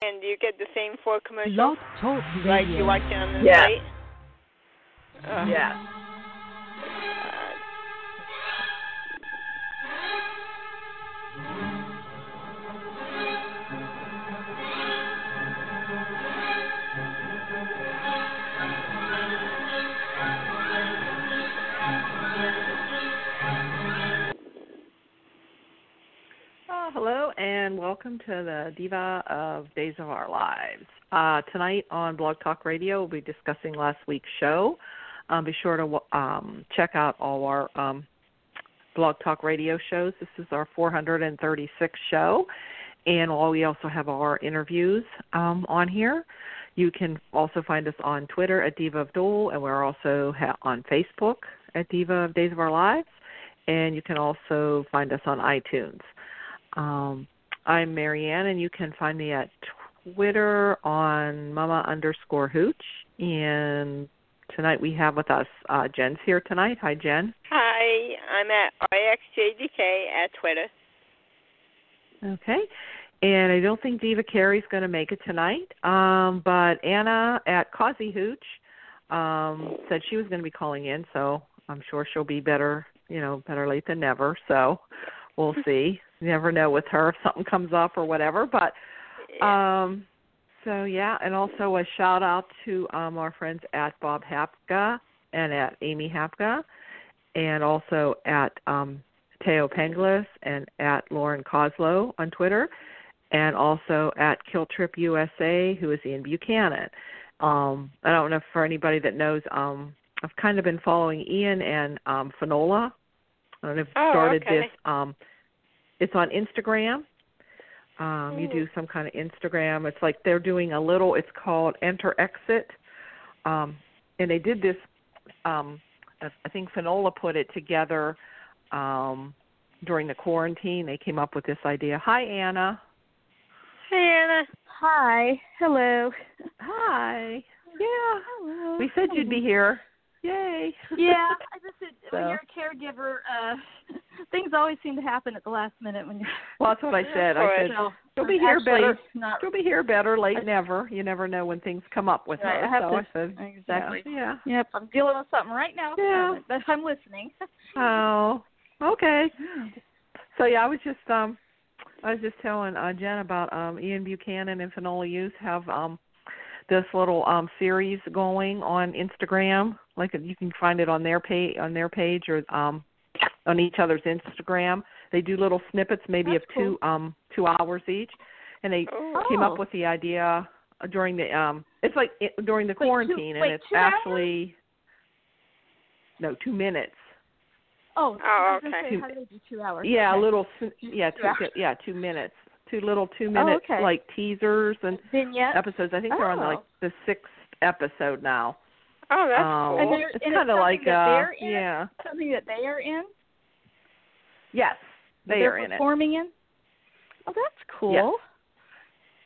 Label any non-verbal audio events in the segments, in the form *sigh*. do you get the same four commercials? Blog Talk Radio. Like you watch it on the Yeah. site? Uh, Yeah. Oh, hello, and welcome to the Diva of Days of Our Lives. Uh, tonight on Blog Talk Radio, we'll be discussing last week's show. Um, be sure to um, check out all our um, Blog Talk Radio shows. This is our 436th show, and while we also have all our interviews um, on here. You can also find us on Twitter at Diva of Duel, and we're also ha- on Facebook at Diva of Days of Our Lives, and you can also find us on iTunes. Um, I'm Marianne, and you can find me at Twitter on Mama underscore Hooch. And tonight we have with us uh, Jen's here tonight. Hi, Jen. Hi, I'm at IXJDK at Twitter. Okay. And I don't think Diva Carey's going to make it tonight, um, but Anna at Causey Hooch um, said she was going to be calling in, so I'm sure she'll be better, you know, better late than never. So we'll see. You never know with her if something comes up or whatever. But Uh, Um, so yeah, and also a shout out to um, our friends at Bob Hapka and at Amy Hapka, and also at um, Teo Penglis and at Lauren Coslow on Twitter, and also at Kill Trip USA, who is Ian Buchanan. Um, I don't know if for anybody that knows, um, I've kind of been following Ian and um, Finola. I don't know if you Oh, started okay. this. Um, it's on Instagram. Um, Mm. you do some kind of Instagram. It's like they're doing a little. It's called Enter Exit, um, and they did this. Um, I I think Finola put it together um, during the quarantine. They came up with this idea. Hi, Anna. Hey, Anna. Hi. Hello. Hi. Yeah. Hello. We said you'd be here. Yay. Yeah, I just said when So. you're a caregiver, uh things always seem to happen at the last minute when you're *laughs* well, that's what I said. I said so you'll be I'm here actually better. Not You'll be here better late than ever. You never know when things come up with Right, her. I have so to- I said, exactly. Yeah. Yep, I'm dealing with something right now, at the Yeah. moment, but *laughs* I'm listening. yeah. Oh. Okay. So yeah, I was just um I was just telling uh Jen about um Ian Buchanan and Finola Youth have um this little um series going on Instagram. Like you can find it on their page on their page or um on each other's Instagram. They do little snippets maybe That's of two um two hours each and they Oh. came Oh. up with the idea during the um it's like it, during the two- quarantine wait, and it's two hours? actually no, 2 minutes. Oh, I was gonna okay. say, how do they do two hours? Yeah, okay. a little. s- Yeah, two, Yeah. two- yeah, two minutes. Two little two minute Oh, okay. like teasers and vignette. episodes. I think they're on Oh. like the sixth episode now. Oh, that's um, cool. And they're- it's and it's kind of something like that uh, they're in? yeah, Something that they are in. yes, they they're are in it, performing in. Oh, that's cool. Yes.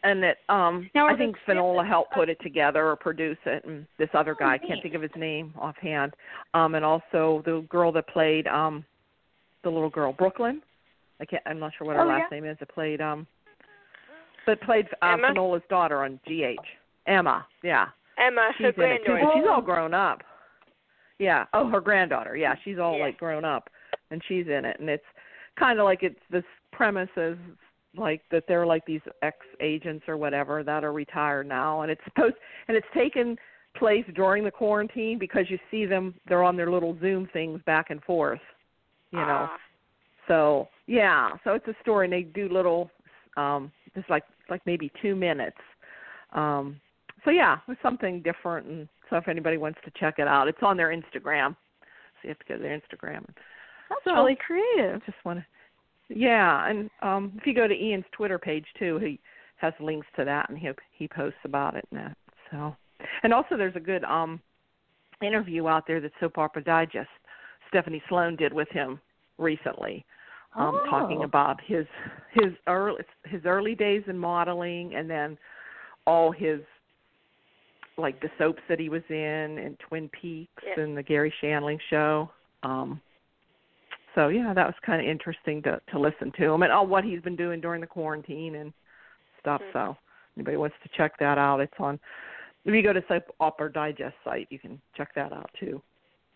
and that um, Now, are I they think Finola snippets helped of- put it together or produce it, and this other Oh, guy I can't neat. think of his name offhand, um, and also the girl that played um, the little girl Brooklyn. I can't. I'm not sure what her Oh, last name is. It played um, but played uh, Emma? Finola's daughter on GH. Emma. Yeah, Emma, she's her in it too. granddaughter. but She's all grown up. Yeah. Oh, her granddaughter. Yeah, she's all Yeah. like grown up, and she's in it, and it's kind of like it's this premise is like that they're like these ex agents or whatever that are retired now, and it's supposed and it's taken place during the quarantine because you see them they're on their little Zoom things back and forth, you know. Ah, So yeah, so it's a story, and they do little, um, just like like maybe two minutes. Um, so yeah, it's something different, and so if anybody wants to check it out, it's on their Instagram. So you have to go to their Instagram. That's So- really creative. I just want to, yeah, and um, if you go to Ian's Twitter page too, he has links to that, and he he posts about it and that. So, and also there's a good um interview out there that Soap Opera Digest Stephanie Sloan did with him recently um talking Oh. about his his early his early days in modeling and then all his like the soaps that he was in and Twin Peaks Yeah. and the Gary Shandling show um so yeah that was kind of interesting to to listen to him and all what he's been doing during the quarantine and stuff Mhm. so anybody wants to check that out, it's on. If you go to Soap Opera Digest site, you can check that out too.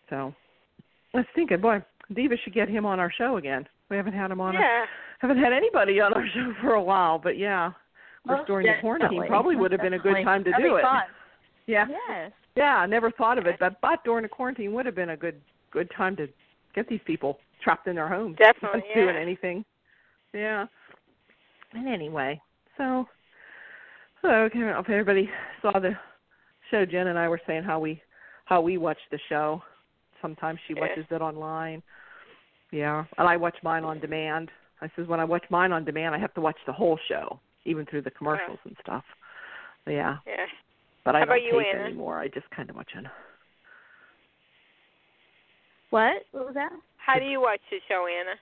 So let's think. it, Boy, Diva should get him on our show again. We haven't had him on. Our, yeah. haven't had anybody on our *laughs* show for a while, but yeah, Most restoring the quarantine definitely. probably would have been a good Definitely. time to That'd do be it. fun. Yeah. Yes. Yeah, I never thought of it, but but during the quarantine would have been a good good time to get these people trapped in their homes, *laughs* Definitely, *laughs* not yeah. doing anything. Yeah. And anyway, so so okay, I don't know if everybody saw the show. Jen and I were saying how we how we watch the show. Sometimes she Yeah. watches it online. Yeah, and I watch mine on demand. I says when I watch mine on demand, I have to watch the whole show, even through the commercials and stuff. Yeah, Yeah. but I How don't about you, tape Anna? anymore. I just kind of watch it. What? What was that? How do you watch the show, Anna?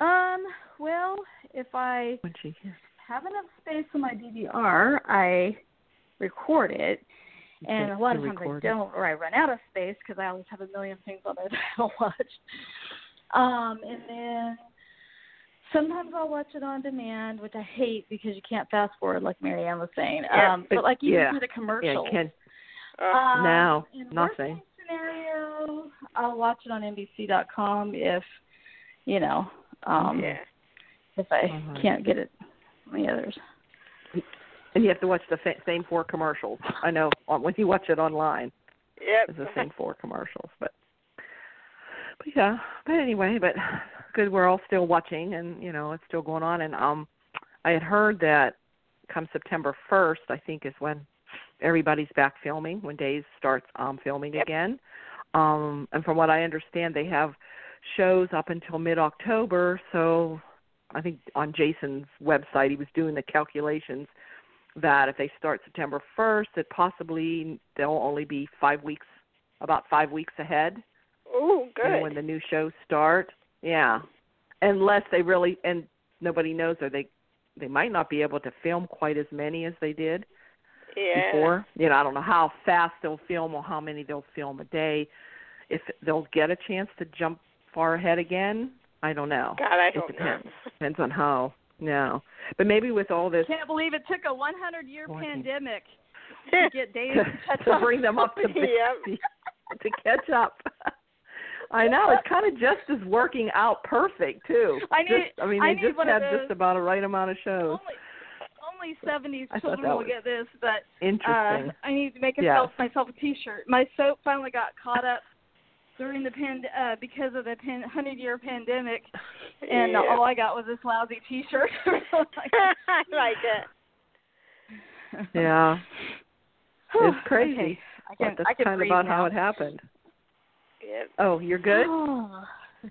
Um, well, if I when she hears. have enough space on my DVR, I record it. And a lot of times I don't, or I run out of space because I always have a million things on there *laughs* that I don't watch. Um, and then sometimes I'll watch it on demand, which I hate because you can't fast forward, like Marianne was saying. Yeah, Um, but- but like even yeah. through the Yeah, commercials. you can. Oh, Um, No, in worst nothing. case Scenario, I'll watch it on NBC.com if you know um yeah. if I Mhm. can't get it on the others. And you have to watch the fa- same four commercials. I know on, when you watch it online, Yep. it's *laughs* the same four commercials. But but yeah. But anyway, but good. We're all still watching, and you know it's still going on. And um, I had heard that come September first, I think is when everybody's back filming when Days starts um filming Yep. again. Um, and from what I understand, they have shows up until mid October. So I think on Jason's website, he was doing the calculations that if they start September 1st, that possibly they'll only be five weeks, about five weeks ahead Ooh, you know, when good. the new shows start. Yeah, unless they really and nobody knows, or they they might not be able to film quite as many as they did Yeah. before. You know, I don't know how fast they'll film or how many they'll film a day. If they'll get a chance to jump far ahead again, I don't know. God, I It hope not. depends. Depends on how. No, but maybe with all this Can't believe it took a 100 year Quarantine. pandemic to yep. get Dave to, to bring them up to Yep. *laughs* to catch up. I know it's kind of just is working out perfect too. *laughs* I need- Just, I mean, I they need just one of had those- just about a right amount of shows. Only only 70s I thought children that will was get this, but *laughs* Interesting. uh, I need to make Yes. myself myself a T-shirt. My soap finally got caught up during the pand uh, because of the pan- hundred year pandemic, and Yeah. all I got was this lousy T-shirt. *laughs* I like it. yeah, Whew, *sighs* *sighs* it's crazy. okay. I but can, that's I can kind of breathe about now. how it happened. Yep. Oh, you're good. *sighs* *gasps* Oh,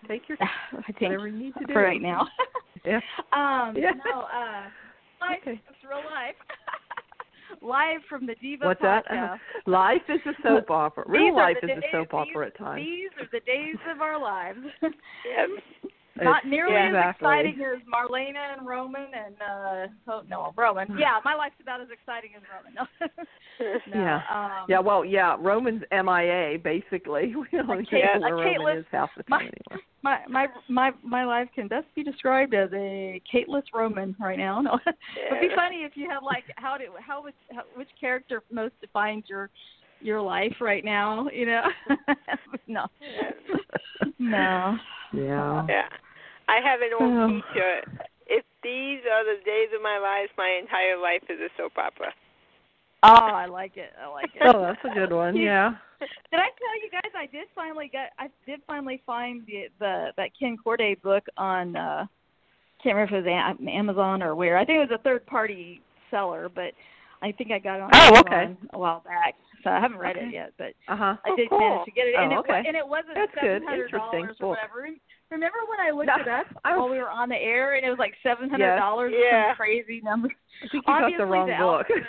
Take *laughs* your *sighs* I think *laughs* whatever you need to do for right now. *laughs* Yeah. Um, Yeah. no, uh, life, Okay. it's real life. *laughs* live from the Diva What's that? Uh-huh. podcast. *laughs* Life is a soap opera. *laughs* Real These are life the is a days- soap these- opera at times. These are the days of our *laughs* lives. Yep. *laughs* Not It's- nearly exactly. as exciting as Marlena and Roman and uh oh no Roman. Hmm. Yeah, my life's about as exciting as Roman. *laughs* No. *laughs* no, Yeah. Um, Yeah, well, yeah, Roman's MIA basically. *laughs* We only Kate- know like where Kate Roman List- is half the time my, anyway. my my my my life can best be described as a Cateless Roman right now. *laughs* No, it'd be Yeah. funny if you had like how did how would how, which character most defines your your life right now? You know, *laughs* no, *laughs* no. Yeah. uh, Yeah. I have an old Um. T-shirt. If these are the days of my lives, my entire life is a soap opera. Oh, I like it. I like it. Oh, that's a good one. Yeah. Did I tell you guys I did finally get I did finally find the the that Ken Corday book on uh can't remember if it was Am- Amazon or where. I think it was a third party seller, but I think I got it on Oh, okay. Amazon a while back. So I haven't read Okay. it yet, but Uh huh. I Oh, did cool. manage to get it and Oh, it wa- okay. and it wasn't That's good. seven hundred Interesting dollars book. or whatever. Remember when I looked No, it up I was- while we were on the air and it was like seven hundred dollars Yes. Yeah. some crazy number. I think you got Obviously, the wrong al- book. The,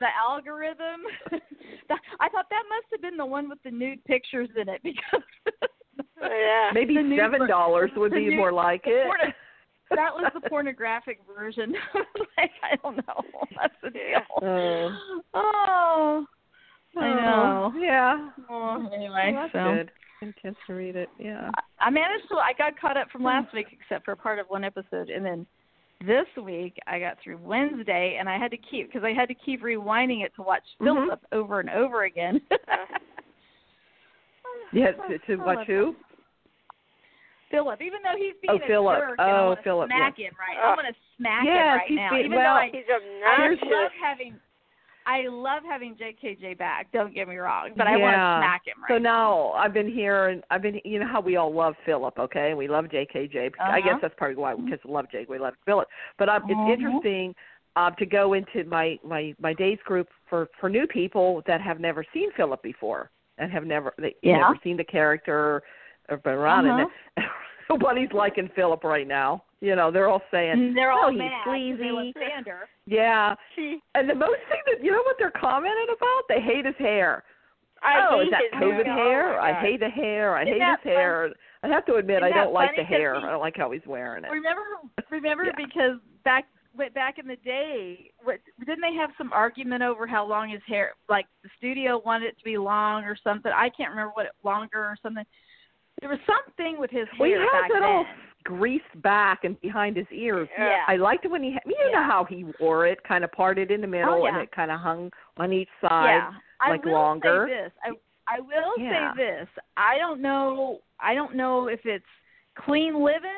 the algorithm. the, *laughs* I thought that must have been the one with the nude pictures in it because *laughs* Oh, Yeah. Maybe the new seven dollars would the be new- more like the *laughs* it. porno- that was the pornographic version. *laughs* like I don't know, *laughs* that's the Yeah. deal. *laughs* *laughs* Oh. Oh, I know. Oh, Yeah. Oh, Well, anyway, that's so good. Good chance to read it. Yeah. I- I managed to. I got caught up from last week, except for part of one episode, and then this week I got through Wednesday and I had to keep because I had to keep rewinding it to watch Philip Mhm. over and over again. Uh-huh. *laughs* Yeah, to, to watch who? Philip, even though he's Oh, being Philip. a jerk, and Oh, I wanna Philip, smack him right. I Oh. want to smack Yes, him right he's now. being- even well, though I, He's I obnoxious. love having, I love having JKJ back. Don't get me wrong, but I want Yeah. to smack him right. So now I've been here, and I've been. You know how we all love Philip, okay? We love JKJ. I guess Uh-huh. that's probably why because we love Jake, we love Philip. But um, it's Mhm. interesting um, to go into my my my days group for for new people that have never seen Philip before and have never they Yeah. never seen the character of Baron Uh-huh. and *laughs* what he's like in Philip right now. You know, they're all saying, And they're all "Oh, he's mad. 'cause They sleazy." love *laughs* Sander. "Yeah." She, And the most thing that you know what they're commenting about? They hate his hair I oh, hate is that his COVID hair. hair? Oh, my I God. hate the hair. I Isn't hate that his hair. I have to admit, Isn't I that don't like funny the 'cause hair. he- I don't like how he's wearing it. Remember, remember Yeah. because back went back in the day, what, didn't they have some argument over how long his hair? Like the studio wanted it to be long or something. I can't remember what it longer or something. There was something with his Well, he hair has back it then. all greased back and behind his ears. Yeah. I liked it when he, had, you know Yeah. how he wore it, kind of parted in the middle, Oh, yeah. and it kind of hung on each side. I like, will longer. Say this. I I will Yeah. say this. I don't know. I don't know if it's clean living,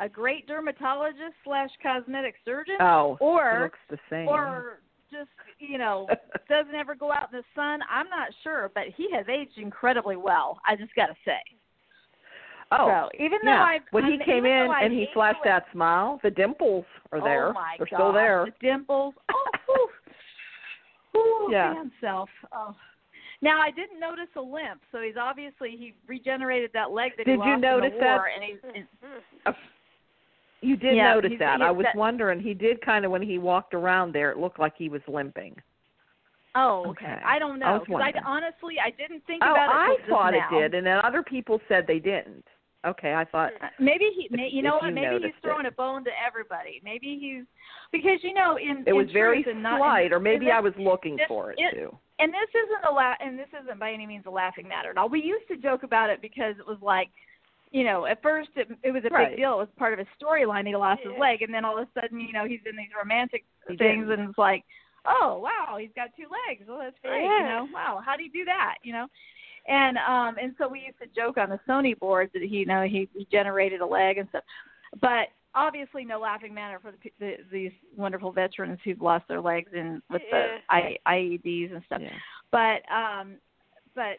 a great dermatologist slash cosmetic surgeon, Oh, it or looks the same. or just you know doesn't ever go out in the sun. I'm not sure, but he has aged incredibly well. I just got to say. *laughs* oh, so even though yeah. I when I'm, he came even in though I and he hate flashed the way- that smile, the dimples are there. Oh my They're God, still there. The *laughs* dimples. Oh, whew. Whew, Yeah. man self. Oh. Now I didn't notice a limp, so he's obviously he regenerated that leg that he Did you lost in the notice that? war, and he's and- You did Yeah, notice he's- that. he's I was that- wondering. He did kind of when he walked around there. It looked like he was limping. oh, Okay. I don't I know was because I, wondering. honestly I didn't think oh, about it. I till just thought now. it did, and then other people said they didn't. Okay, I thought. Maybe he, If- may, you know if what? you Maybe he's noticed it. throwing a bone to everybody. Maybe he's because you know in It in was very truth and not, slight, and- or maybe and I this- was looking this- for it, it- too. and this isn't a la- and this isn't by any means a laughing matter at all. We used to joke about it because it was like, you know, at first it, it was a Right. big deal. It was part of his storyline. He lost his Yeah. leg, and then all of a sudden, you know, he's in these romantic He things, didn't. and it's like, oh wow, he's got two legs. Well, that's great. You Yeah. know, wow, how do you do that? You know. And um and so we used to joke on the Sony board that he you know he regenerated a leg and stuff, but obviously no laughing matter for the, pe- the, these wonderful veterans who've lost their legs and with Yeah. the I, IEDs and stuff. Yeah. But um, but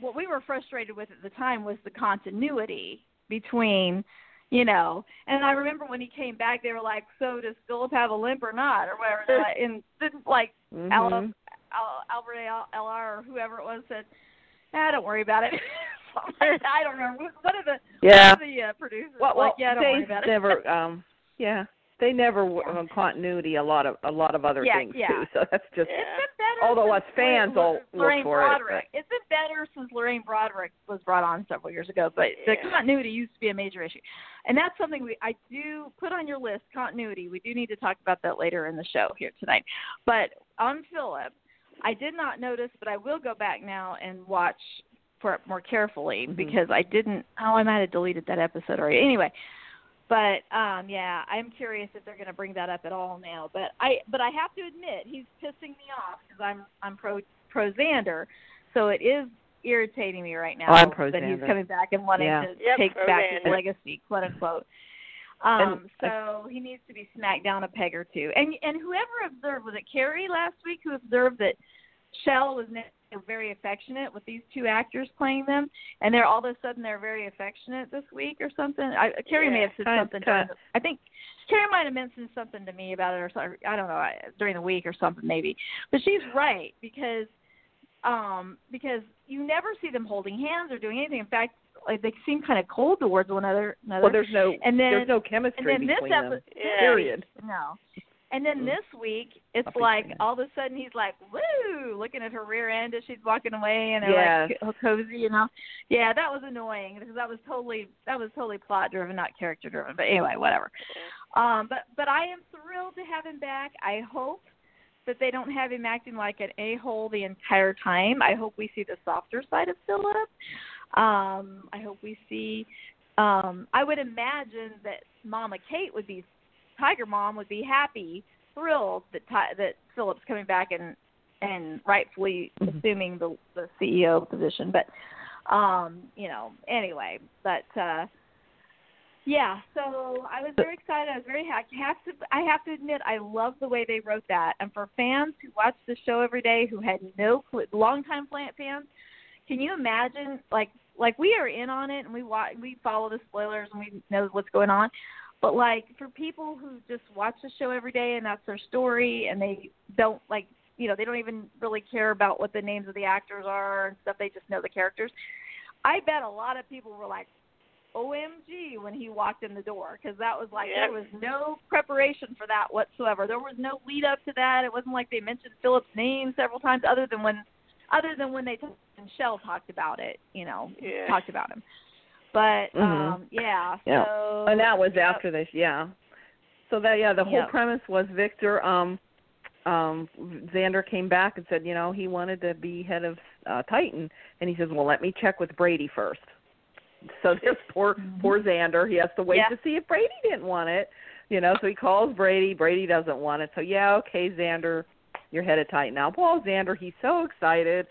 what we were frustrated with at the time was the continuity between, you know. And I remember when he came back, they were like, "So does Philip have a limp or not, or whatever?" They're like- and didn't like Mhm. Al Al, Albert Al, LR or whoever it was said, "Ah, don't worry about it." *laughs* I don't remember. One of the Yeah. one of the uh, producers Well, was well like, "Yeah, don't worry they about it." *laughs* never. Um, yeah, they never were on continuity. A lot of a lot of other Yeah, things yeah. too. So that's just Yeah. It's been better. Although since us fans Lor- all look Lorraine for it, Broderick. It, has been better since Lorraine Broderick was brought on several years ago, but the Yeah. continuity used to be a major issue, and that's something we I do put on your list. Continuity. We do need to talk about that later in the show here tonight. But on Philip, I did not notice, but I will go back now and watch for it more carefully Mhm. because I didn't. Oh, I might have deleted that episode already. Anyway, but um yeah, I'm curious if they're going to bring that up at all now. But I but I have to admit he's pissing me off because I'm I'm pro pro Xander, so it is irritating me right now Oh, I'm pro that he's Xander. coming back and wanting Yeah. to Yep, take pro back Xander. his legacy, quote unquote. Um, *laughs* And so he needs to be smacked down a peg or two. And and whoever observed was it Carrie last week who observed that Shell was ne- very affectionate with these two actors playing them, and they're all of a sudden they're very affectionate this week or something. I, Carrie may Yeah, have said kind- something. kind- during the- I think Carrie might have mentioned something to me about it or something. I don't know I, during the week or something maybe. But she's right because um because you never see them holding hands or doing anything. In fact, like they seem kind of cold towards one another. another. well, there's no and then there's no and chemistry then this between them. episode, Yeah. Period. no. And then Mm. this week, it's Up in like China. all of a sudden he's like, "Woo!" looking at her rear end as she's walking away, and they're like Yes. all cozy and all. Yeah, that was annoying because that was totally that was totally plot driven, not character driven. But anyway, whatever. Um, but but I am thrilled to have him back. I hope that they don't have him acting like an a hole the entire time. I hope we see the softer side of Philip. Um, I hope we see. Um, I would imagine that Mama Kate would be Tiger Mom would be happy, thrilled that Ti- that Philip's coming back and and rightfully Mhm. assuming the the CEO position. But um, you know, anyway, but uh yeah, so I was very excited. I was very happy. I have to I have to admit I love the way they wrote that. And for fans who watch the show every day who had no clue, longtime Plant fans, can you imagine like like we are in on it and we watch we follow the spoilers and we know what's going on. But like for people who just watch the show every day and that's their story and they don't like you know, they don't even really care about what the names of the actors are and stuff. They just know the characters. I bet a lot of people were like, OMG when he walked in the door because that was like Yeah. there was no preparation for that whatsoever. There was no lead up to that. It wasn't like they mentioned Philip's name several times other than when other than when they t- and Shell talked about it, you know, Yeah. *laughs* talked about him. But Mhm. um yeah, Yeah. so And that was Yep. after this, yeah. So that yeah, the whole Yep. premise was Victor um um Xander came back and said, you know, he wanted to be head of uh Titan and he says, "Well, let me check with Brady first. So *laughs* there's poor poor Xander, he has to wait Yeah. to see if Brady didn't want it, you know, so he calls Brady, Brady doesn't want it. So yeah, okay, Xander, you're head of Titan now. Paul Xander, he's so excited,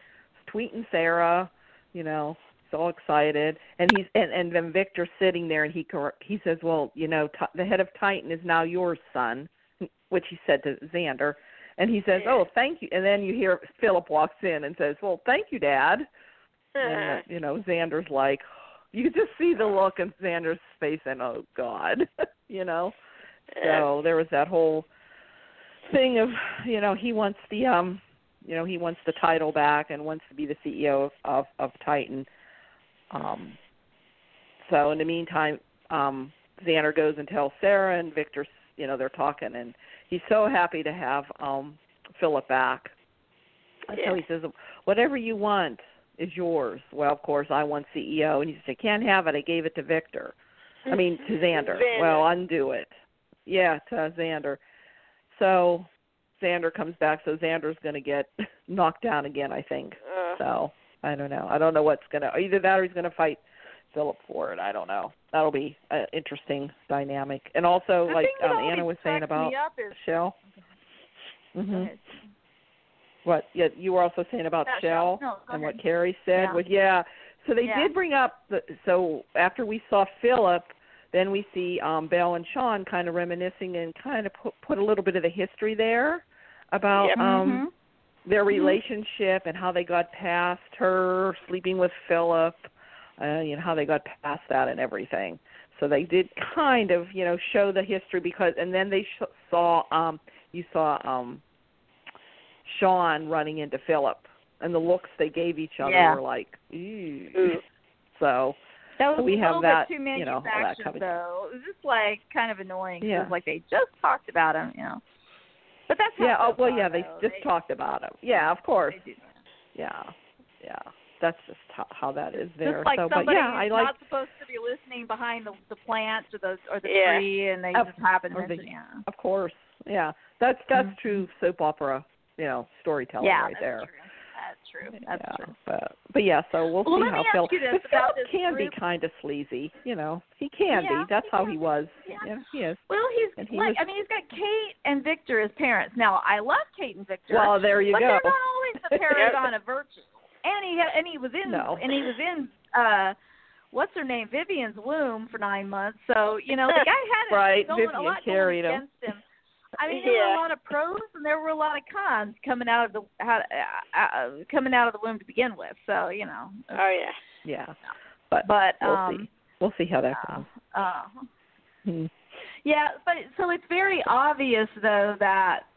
tweeting Sarah, you know, he's all excited, and he's and and then Victor's sitting there, and he cor- he says, "Well, you know, Ti- the head of Titan is now yours, son," which he said to Xander, and he says, Yeah. "Oh, thank you," and then you hear Philip walks in and says, "Well, thank you, Dad," and uh, you know Xander's like, *gasps* you could just see the look in Xander's face, and oh God, *laughs* you know. So there was that whole thing of, you know, he wants the um you know, he wants the title back and wants to be the CEO of, of, of Titan. Um so in the meantime, um Xander goes and tells Sarah and Victor, you know, they're talking and he's so happy to have um Philip back. And So he says, Whatever you want is yours. Well, of course I want CEO and he says, I can't have it, I gave it to Victor. I mean to Xander. Xander. Well, undo it. Yeah, to Xander. So Xander comes back, so Xander's going to get *laughs* knocked down again, I think. Uh, So I don't know. I don't know what's going to either that or he's going to fight Philip for it. I don't know. That'll be an interesting dynamic. And also, the like thing that um, always Anna was saying cracks about me up is, Shell. Go hmm ahead. What? Yeah, you were also saying about Yeah, Shell Shell. No, go and ahead. what Carrie said Yeah. was yeah. So they Yeah. did bring up the so after we saw Philip, then we see um Belle and Sean kind of reminiscing and kind of put put a little bit of the history there about Yep. um Mhm. their Mhm. relationship and how they got past her sleeping with Philip, uh, you know how they got past that and everything. So they did kind of you know show the history because and then they sh- saw um you saw um Sean running into Philip and the looks they gave each other Yeah. were like Ew. Ooh. *laughs* so That was So we a have little that, bit too you know, all that manufactured, covered. though. It was just like kind of annoying. 'cause Yeah. It was like they just talked about him, you know. But that's how yeah oh shows well are, yeah they though. just talked about it yeah of course They do that. yeah yeah that's just how, how that is there Just like so but somebody yeah I who's like not supposed to be listening behind the the plants or the or the Yeah. tree, and they Oh, just happen to or the- mention, yeah. Of course, yeah. That's that's Mhm. true soap opera, you know, storytelling yeah, right that's there. true. That's true. That's yeah, true. but but yeah, so we'll, Well, see let how me ask Phil. you this but Philip about this can group. be kind of sleazy, you know. He can Yeah, be. That's he how can he be. was. Yeah. he is. Well, he's And he like, was- I mean, he's got Kate and Victor as parents. Now, I love Kate and Victor. Well, there you but go. they're not always *laughs* the paragon of virtue. And he had, and he was in No. and he was in uh what's her name Vivian's womb for nine months. So you know *laughs* the guy had it Right, going, a Vivian lot carried going him. against him. I mean, there were Yeah. a lot of pros and there were a lot of cons coming out of the how, uh, uh, coming out of the womb to begin with. So you know, oh yeah. Yeah, but but Uh, we'll um, see. We'll see how that yeah, goes. uh, Hmm. yeah, but so it's very obvious though that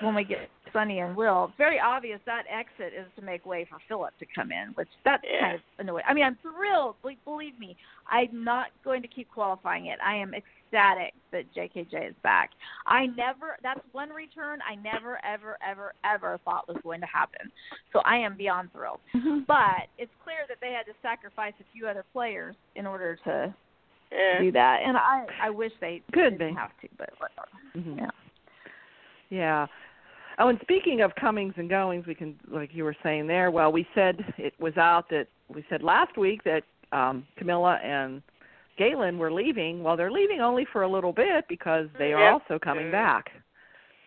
when we get Sonny and Will, it's very obvious that exit is to make way for Philip to come in, which that's Yeah. kind of annoying. I mean, I'm thrilled. Like, believe me, I'm not going to keep qualifying it. I am ecstatic that JKJ is back. I never. That's one return I never, ever, ever, ever thought was going to happen. So I am beyond thrilled. But it's clear that they had to sacrifice a few other players in order to Yeah. do that. And I I wish they Could didn't be. have to, but whatever. Mhm. Yeah. Yeah. Oh, and speaking of comings and goings, we can, like you were saying there. Well, we said it was out that we said last week that um Camilla and Galen were leaving. Well, they're leaving only for a little bit because they are Yep. also coming back.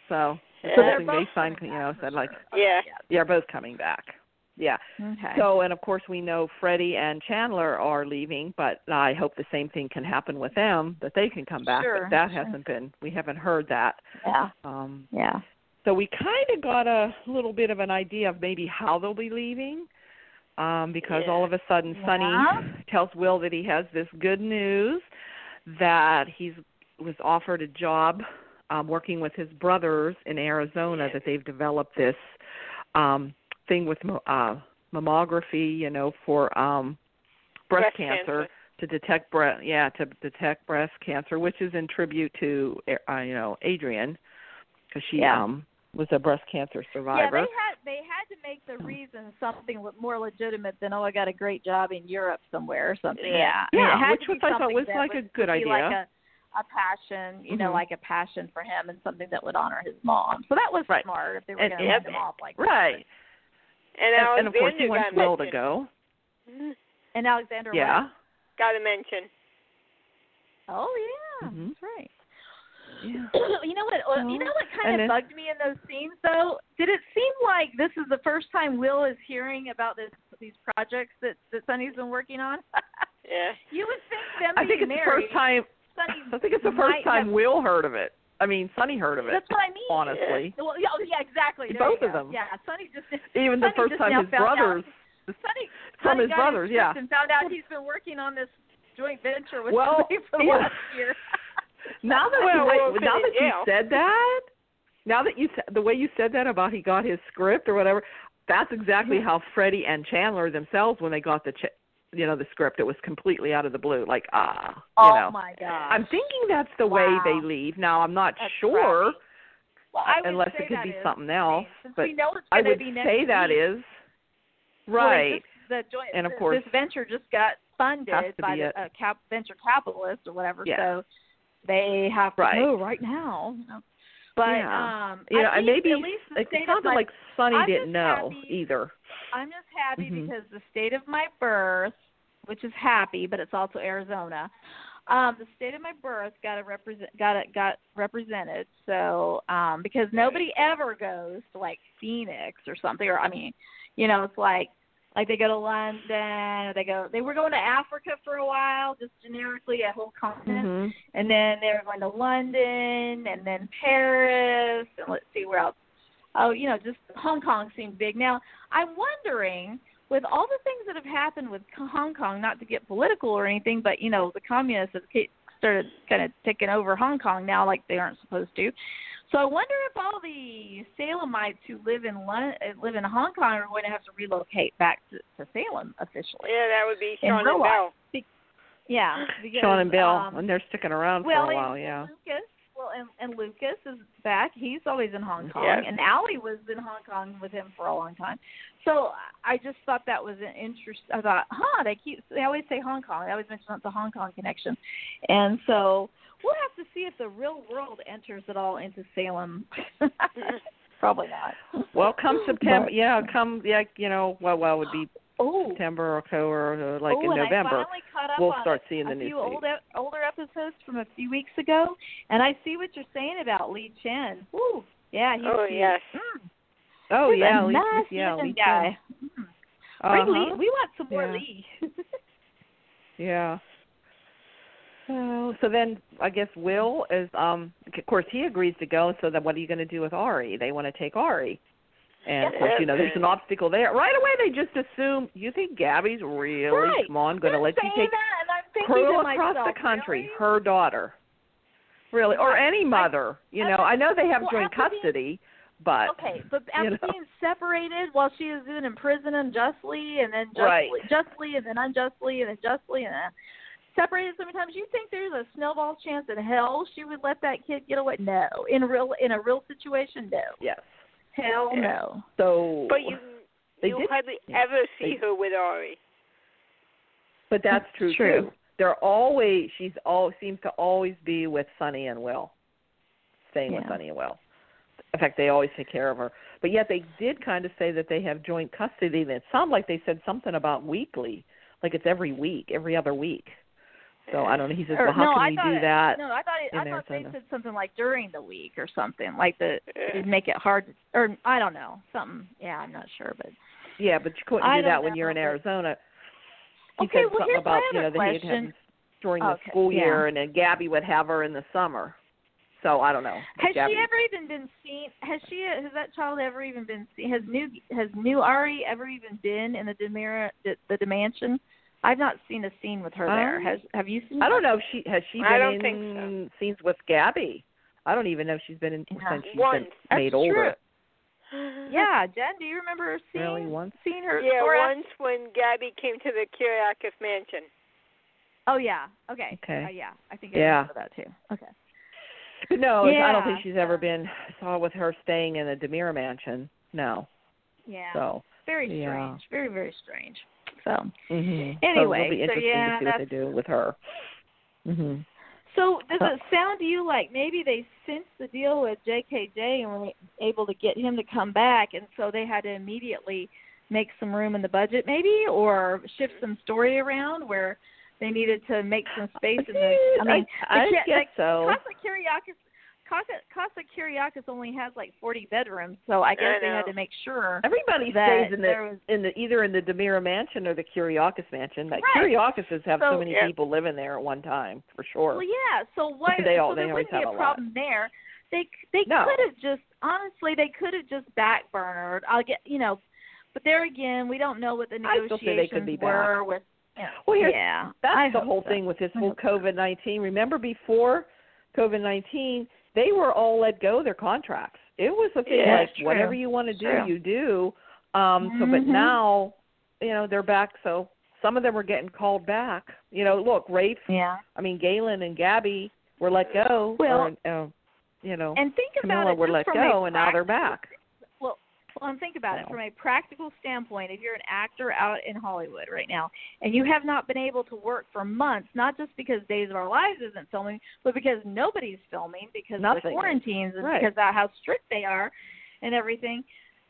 So it's Yeah. So they're something they both signed, coming you back know, for said like, sure. Yeah. yeah, both coming back. Yeah. Okay. So, and of course, we know Freddie and Chandler are leaving, but I hope the same thing can happen with them that they can come back. Sure, but that sure. hasn't been. We haven't heard that. yeah. Um, Yeah. so we kind of got a little bit of an idea of maybe how they'll be leaving, um, because Yeah. all of a sudden Sonny Yeah. *laughs* tells Will that he has this good news that he's was offered a job um, working with his brothers in Arizona Yeah. that they've developed this um, thing with mo- uh, mammography, you know, for um, breast, Breast cancer. to detect breast yeah to detect breast cancer, which is in tribute to uh, you know Adrian because she Yeah. um was a breast cancer Yeah, they survivor. had they had to make the reason something le- more legitimate than oh I got a great job in Europe somewhere or something. Yeah. I mean, it Yeah, had which to be was- I thought something was that like would a good be idea. Like a, a passion, you know, Mhm. like a passion for him and something that would honor his mom. So that was Right. smart if they were And- going to yep. let him off like that. Right. And, And, Alexander and of course he wants got Will to mentioned. go. Mhm. And Alexander Yeah. West. Got to *laughs* mention. Oh yeah, Mhm. that's right. Yeah. *clears throat* you know what? uh, You know what kind And of it- bugged me in those scenes, though. Did it seem like this is the first time Will is hearing about this these projects that that Sonny's been working on? *laughs* Yeah. you would think them I think being it's the married. first time *laughs* Sonny I think it's the first might time have- Will heard of it. I mean, Sonny heard of it. That's what I mean. *laughs* honestly. Well, yeah, oh, yeah exactly. There Both you of go. them. Yeah, Sonny just Even Sonny the first just time now his found out- brothers Sonny from Sonny his got brothers, his yeah. and found out he's been working on this joint venture with Well, somebody for the yeah. last year. Now that Well, you, wait, well, if now it that is you jail. said that, now that you sa- the way you said that about he got his script or whatever, that's exactly how Freddie and Chandler themselves when they got the ch- you know the script, it was completely out of the blue, like ah, *laughs* you oh know. my god. I'm thinking that's the way Wow. they leave. Now I'm not That's sure crappy. Well, I would unless say it could that be is, something else, Since but we know it's I gonna would be next say that week, is well, right. this- the joint, And of th- course- this venture just got funded Has to by be the it. uh, cap, venture capitalist or whatever, Yeah. so they have to Right. go right now. you know. But Yeah. um, you know, I and think maybe at least the it state of sounded my, like Sonny I'm didn't just know happy- either. I'm just happy Mhm. because the state of my birth, which is happy, but it's also Arizona. Um, the state of my birth got a represent got a, got represented. So um, because nobody ever goes to like Phoenix or something, or I mean, you know, it's like like they go to London, or they go they were going to Africa for a while, just generically a whole continent Mhm. and then they were going to London, and then Paris, and let's see where else. Oh, you know, just Hong Kong seemed big. Now, I'm wondering, with all the things that have happened with K- Hong Kong, not to get political or anything, but you know, the communists have ca- started kind of taking over Hong Kong now, like they aren't supposed to. So I wonder if all the Salemites who live in Lon- uh, live in Hong Kong are going to have to relocate back to, to Salem officially. Yeah, that would be In Sean real and life. Bell. Yeah, because, Sean and Bill, um, and they're sticking around well, for a and- while, yeah. Lucas. Well, and, and Lucas is back. He's always in Hong Kong, Yes. and Allie was in Hong Kong with him for a long time. So I just thought that was an interest. I thought, huh? They keep they always say Hong Kong. They always mention the Hong Kong connection, and so we'll have to see if the real world enters at all into Salem. *laughs* Probably not. Well, come September, But- yeah, come, yeah, you know, well, well, it would be Oh, September or co or uh, like oh, in and I November. finally caught up We'll on start seeing the a new few season. old, ep- older episodes from a few weeks ago, and I see what you're saying about Lee Chen. Woo, yeah, he's Oh, cute. yes. Mm. Oh He's yeah, a Lee, nice yeah, looking Lee Chen. guy. Mm. Bring Uh-huh. Lee. We want some more Yeah. *laughs* Lee. Yeah. So, so then I guess Will is um of course he agrees to go so then what are you going to do with Ari? They want to take Ari. And of course, you know, there's an obstacle there. Right away they just assume you think Gabby's really Right. come on going to They're let you saying take that, and I'm thinking Pearl to across myself, the country, really? her daughter. Really, or Right. any mother, you know. after- I know they have well, joint after being- custody, but Okay, but you after know. being separated while she is in prison unjustly, and then justly, Right. justly, and then unjustly, and then justly, and then separated so many times, you think there's a snowball's chance in hell she would let that kid get away? No, in real in a real situation, no, yes. hell Yeah. no. So But you They you did- hardly yeah, ever see they- her with Ari. But that's true, True. too. They're always she's all seems to always be with Sonny and Will. Staying with Yeah. Sonny and Will. In fact they always take care of her. But yet they did kind of say that they have joint custody and it sounded like they said something about weekly. Like it's every week, every other week. So I don't know. He says, Or, "Well, how no, can I we thought do it- that?" No, I thought it, in I there thought they somehow? said something like during the week or something, like the Yeah. it'd *sighs* make it hard, to, or I don't know, something. Yeah, I'm not sure, but Yeah, but you couldn't I do that don't when you're in know, but- Arizona. He okay. said Well, something here's about my you know other that he'd have question. him during Okay, the school yeah. year, and then Gabby would have her in the summer. So I don't know. Has Gabby, she ever even been seen? Has she? Has that child ever even been seen? Has new Has new Ari ever even been in the Demira the, the Dimension? I've not seen a scene with her there. Um, Has Have you seen? I don't know if she has she been I don't in think scenes with Gabby. I don't even know if she's been in Yeah. since she's Once. That's been made true. older. Yeah, Jen, do you remember seeing Really, once? seeing her? Yeah, or once when Gabby came to the Kiriakis mansion. Oh yeah. Okay. Okay. Uh, yeah, I think I Yeah. remember that too. Okay. But no, I don't think Yeah, she's ever so- been saw with her staying in the Demira mansion. No. Yeah. So very strange. yeah. Very very strange. So mhm. so Anyway, it'll so be interesting yeah, to see what they do with her. Mhm. so does Huh. it sound to you like maybe they sensed the deal with JKJ and were able to get him to come back, and so they had to immediately make some room in the budget, maybe, or shift some story around where they needed to make some space in the. I mean, I, the, ki- guess like, so. Casa Kyriakis. Casa, Casa Kyriakis only has like 40 bedrooms, so I guess I they had know. to make sure Everybody that stays in the there was in the either in the Demira mansion or the Curiakis mansion. That Right. Curiakises have so, So- many Yeah. people living there at one time for sure. Well, yeah. *laughs* So why? They all- so they there always wouldn't be have a a lot. problem there. They c- they No. could have just honestly they could have just backburnered. I'll get you know, but there again we don't know what the I negotiations still say they could be back. were with. You know, Well, here's- yeah, That's I the hope whole so. thing with this I whole hope COVID nineteen. Remember before COVID nineteen, they were all let go their contracts. It was a thing Yeah, like true. whatever you want to do, True. you do. Um so but Mhm. now, you know, they're back so some of them are getting called back. You know, look, Rafe Yeah. I mean Galen and Gabby were let go. Well- or, uh, you know And think about Camilla it were just let from go a and now they're practical back. Well, and think about it So. from a practical standpoint. If you're an actor out in Hollywood right now and you have not been able to work for months, not just because Days of Our Lives isn't filming, but because nobody's filming because of the Nothing. quarantines and Right. because of how strict they are and everything,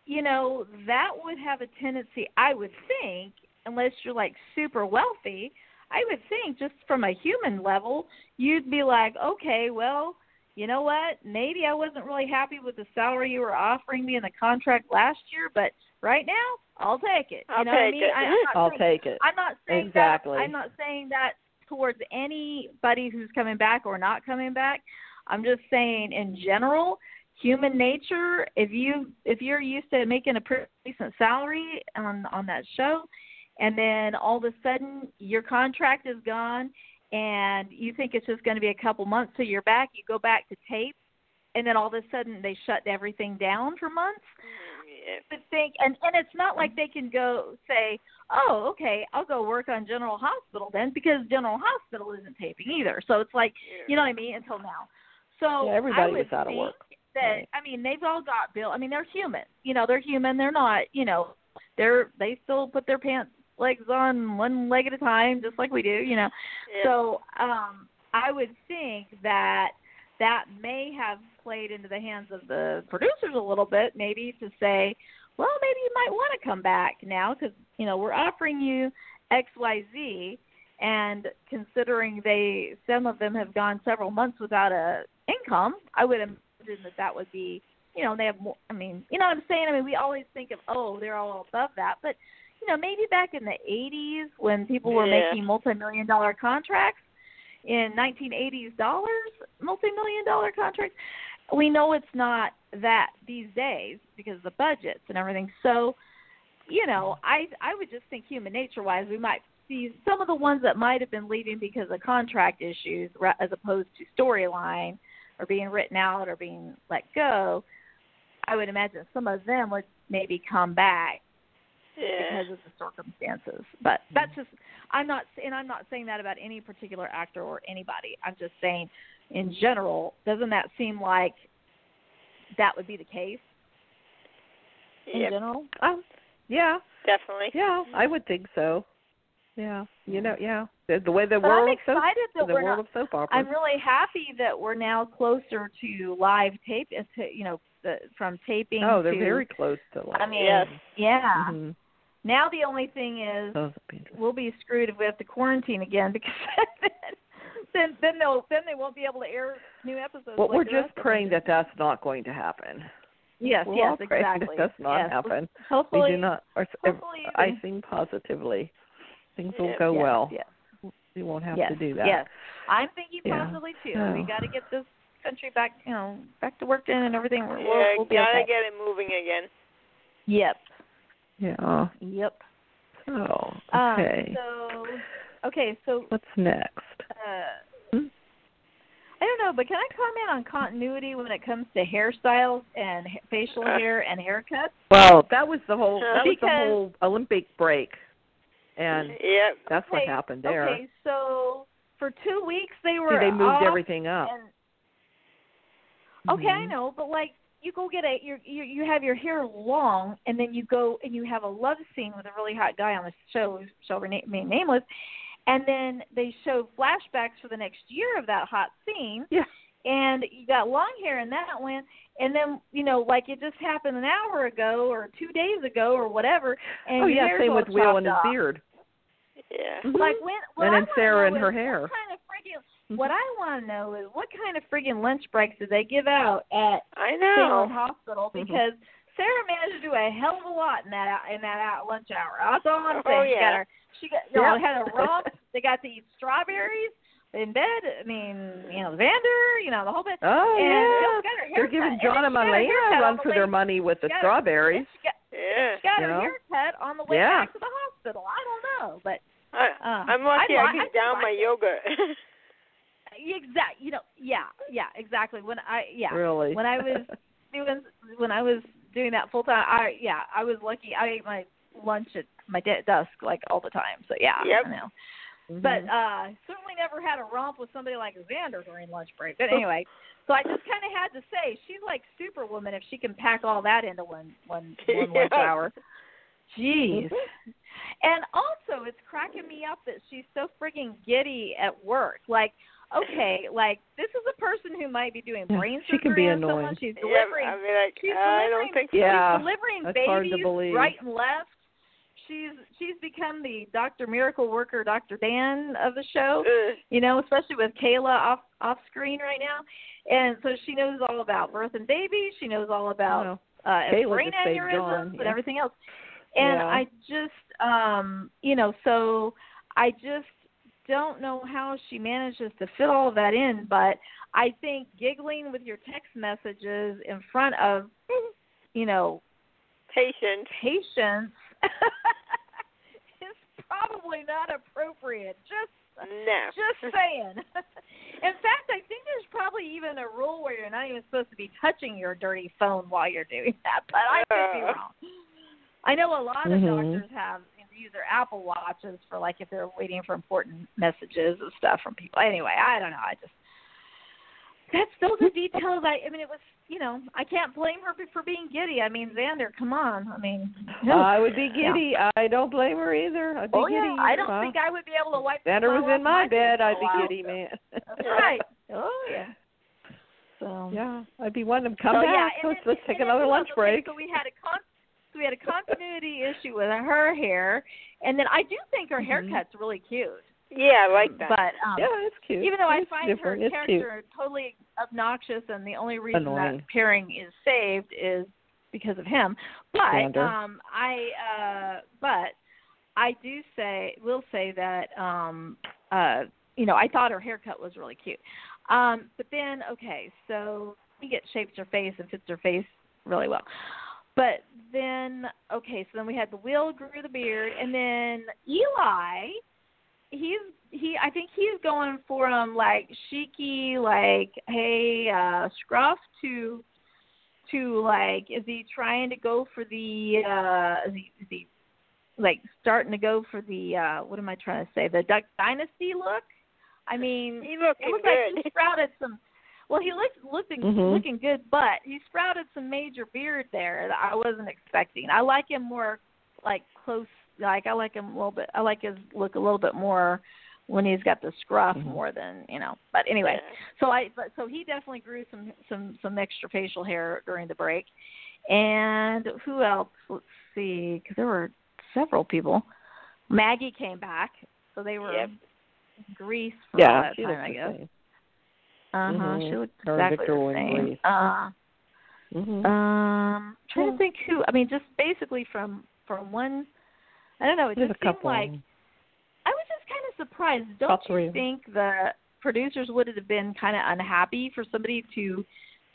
you know, that would have a tendency, I would think, unless you're like super wealthy, I would think just from a human level, you'd be like, okay, well, you know what? Maybe I wasn't really happy with the salary you were offering me in the contract last year, but right now, I'll take it. You I'll know what I take mean? it. I, I'm not I'll saying, take it. I'm not saying Exactly. that. I'm not saying that towards anybody who's coming back or not coming back. I'm just saying in general, human nature. If you if you're used to making a pretty decent salary on on that show, and then all of a sudden your contract is gone, and you think it's just going to be a couple months till you're back. You go back to tape, and then all of a sudden they shut everything down for months Yeah. to think and and it's not like Mm-hmm. they can go say oh okay i'll go work on general hospital then because general hospital isn't taping either so it's like you know what i mean until now so Yeah, everybody I would was out of think work. that Right. i mean they've all got bill i mean they're human you know they're human they're not you know they're they still put their pants legs on one leg at a time just like we do you know Yeah. so um, I would think that that may have played into the hands of the producers a little bit, maybe to say, well, maybe you might want to come back now because you know we're offering you X, Y, Z, and considering they some of them have gone several months without a income, I would imagine that that would be you know they have more. I mean, you know what I'm saying? I mean, we always think of oh they're all above that, but you know, maybe back in the 80s when people were Yeah. making multi-million dollar contracts in 1980s dollars, multi-million dollar contracts. We know it's not that these days because of the budgets and everything. So, you know, I I would just think human nature wise, we might see some of the ones that might have been leaving because of contract issues ra- as opposed to storyline or being written out or being let go. I would imagine some of them would maybe come back yeah. because of the circumstances. But Mm-hmm. that's just I'm not and I'm not saying that about any particular actor or anybody. I'm just saying in general, doesn't that seem like that would be the case in yeah, general? Um, yeah, definitely. yeah, I would think so. Yeah, you know, yeah, the, the way the But I'm world of soap, excited that the we're world not of soap opera. I'm really happy that we're now closer to live tape uh, to you know, the, from taping oh, they're to very close to like. I mean Yes. yeah. hmm Now the only thing is Oh. Those would be interesting. *laughs* we'll be screwed if we have to quarantine again because then then they'll then they won't be able to air new episodes. Well, like we're the just rest of praying them. that that's not going to happen. Yes, we're yes, all praying that exactly. does not Yes. happen. Hopefully, we do not. Or, hopefully- I think positively, things will Yeah, go yes, well. Yes, We won't have yes, to do that. Yes, I'm thinking Yeah. Oh. possibly too. So- We got to get this country back, you know, back to work in and everything. We're, we'll, yeah, we'll be gotta okay. get it moving again. Yep. Yeah. Yep. So Um, okay, so okay, so what's next? uh, Hmm? I don't know, but can I comment on continuity when it comes to hairstyles and ha- facial Uh, hair and haircuts? Well, that was the whole. That was the Because- whole Olympic break, and Yep. that's what Okay, happened there. Okay, so for two weeks they See, were they moved off everything up. and Okay, I Mhm. know, but like you go get a you you you have your hair long, and then you go and you have a love scene with a really hot guy on the show, shall remain nameless, and then they show flashbacks for the next year of that hot scene. Yeah. And you got long hair in that one, and then you know, like it just happened an hour ago or two days ago or whatever. And oh your yeah, hair's same all with Will and his chopped off. beard. Yeah. Mhm. Like when what and I then wanna Sarah know and her is hair. Mm-hmm. What kind of friggin' what I want to know is what kind of friggin' lunch breaks do they give out at I Oh. Salem know. Hospital Mhm. because Sarah managed to do a hell of a lot in that in that out lunch hour. That's all I'm saying. Oh, She yeah. got her. She got you know, Yeah. had a *laughs* romp. they got to eat strawberries in bed. I mean, you know, Xander. You know, the whole bit. *laughs* Oh and yeah, she got her they're haircut, giving and John then and she got her Elena haircut a on run the for way- their money with the she got her- strawberries. She got, Yeah. she got You her know? haircut on the way Yeah. back to the hospital. I don't know, but I, um, I'm lucky I, I, li- can I down my like it. yoga. Exact. You know. Yeah. Yeah. Exactly. When I. Yeah. Really. When *laughs* I was doing when I was doing that full time, I yeah, I was lucky. I ate my lunch at my de- desk like all the time. So yeah, Yep. I know. Mhm. But uh, certainly never had a romp with somebody like Xander during lunch break. But anyway, so I just kind of had to say she's like Superwoman if she can pack all that into one one *laughs* one lunch Yeah. hour. Jeez. Mm-hmm. And also, it's cracking me up that she's so friggin' giddy at work. Like, okay, like this is a person who might be doing Yeah, brain she surgery can be on annoying. someone. *laughs* She's yep. delivering I mean, like, She's I delivering- don't think Yeah. She's delivering uh, that's hard to babies believe. right and left. She's she's become the Doctor Miracle worker, Doctor Dan of the show. Ugh. You know, especially with Kayla off off screen right now, and so she knows all about birth and babies. She knows all about Well, uh, Kayla brain just saved aneurysms Dawn, and yeah. everything else. And Yeah. I just, um, you know, so I just don't know how she manages to fit all of that in, but I think giggling with your text messages in front of, you know, patient. patients *laughs* is probably not appropriate. Just No. just saying. *laughs* In fact, I think there's probably even a rule where you're not even supposed to be touching your dirty phone while you're doing *laughs* that, but I could be Uh. wrong. I know a lot of Mhm. doctors have use their Apple watches for like if they're waiting for important messages and stuff from people. Anyway, I don't know. I just that's those are details. I I mean, it was you know I can't blame her for being giddy. I mean, Xander, come on. I mean, I would be giddy. I don't blame her either. I'd be oh giddy. yeah, I huh? don't think I would be able to wipe. the Xander smile was in off my face bed. for a I'd be while. giddy, man. That's *laughs* right. Oh yeah. So Yeah, I'd be wanting to come Um, so, back. yeah, and let's then- let's and take then another who lunch else? Okay, break. So we had a con- so we had a continuity issue with her hair, and then I do think her Mhm. haircut's really cute. Yeah, I like that. But um, yeah, it's cute. even though I It's find different. her it's cute. character totally obnoxious, and the only reason Annoying. that pairing is saved is because of him. But Xander. um, I uh, but I do say will say that um, uh, you know I thought her haircut was really cute. Um, but then okay, so you get shapes her face and fits her face really well. But then okay, so then we had the Will grew the beard, and then Eli he's he I think he's going for um like cheeky like hey uh scruff to to like is he trying to go for the uh is he, is he like starting to go for the uh what am I trying to say the Duck Dynasty look I mean he it looking looked like *laughs* he good. sprouted some. Well, he looked looking Mhm. looking good, but he sprouted some major beard there that I wasn't expecting. I like him more like close. Like I like him a little bit. I like his look a little bit more when he's got the scruff Mhm. more than you know. But anyway, so I but so he definitely grew some some some extra facial hair during the break. And who else? Let's see, because there were several people. Maggie came back, so they were Yep. Greece for yeah, all that she time, looks I the guess. same. Uh huh. Mhm. She looks Her and exactly Victor the were in same. Greece. Mm-hmm. Uh, Mhm. um, trying Yeah. to think who. I mean, just basically from from one. I don't know. It There's just a couple. seemed like I was just kind of surprised. Don't About you three of 'em. think the producers would have been kind of unhappy for somebody to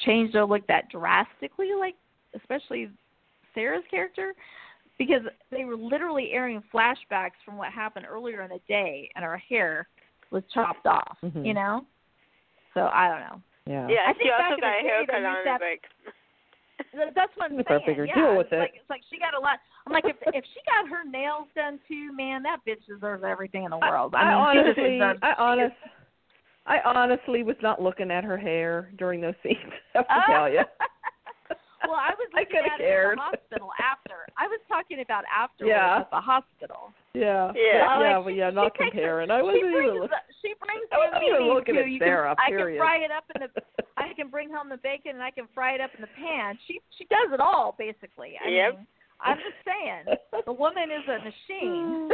change their look that drastically, like especially Sarah's character? Because they were literally airing flashbacks from what happened earlier in the day, and her hair was chopped off. Mhm. You know, so I don't know. yeah. Yeah, I she think back also in the got a day, they haircut used on to it, have- like *laughs* Th- That's what I'm If I saying. figure, yeah, deal it's with it. Like, it's like she got a lot. I'm like, if if she got her nails done too, man, that bitch deserves everything in the world. I, mean, she just honestly, deserves- I she honest, is- I honestly was not looking at her hair during those scenes. *laughs* I have to Oh. tell *laughs* you. well, I was I looking coulda at it cared. at the hospital after. I was talking about afterwards Yeah. at the hospital. Yeah. Yeah. yeah, I'm yeah, like, but she- yeah, she not takes it- comparing. I wasn't she brings even looking. the, she brings I wasn't the even meatings looking to at you. Sarah, Can, I can period. fry it up in the. *laughs* I can bring home the bacon and I can fry it up in the pan. She she does it all basically. I Yep. mean, I'm just saying. The woman is a *laughs* machine.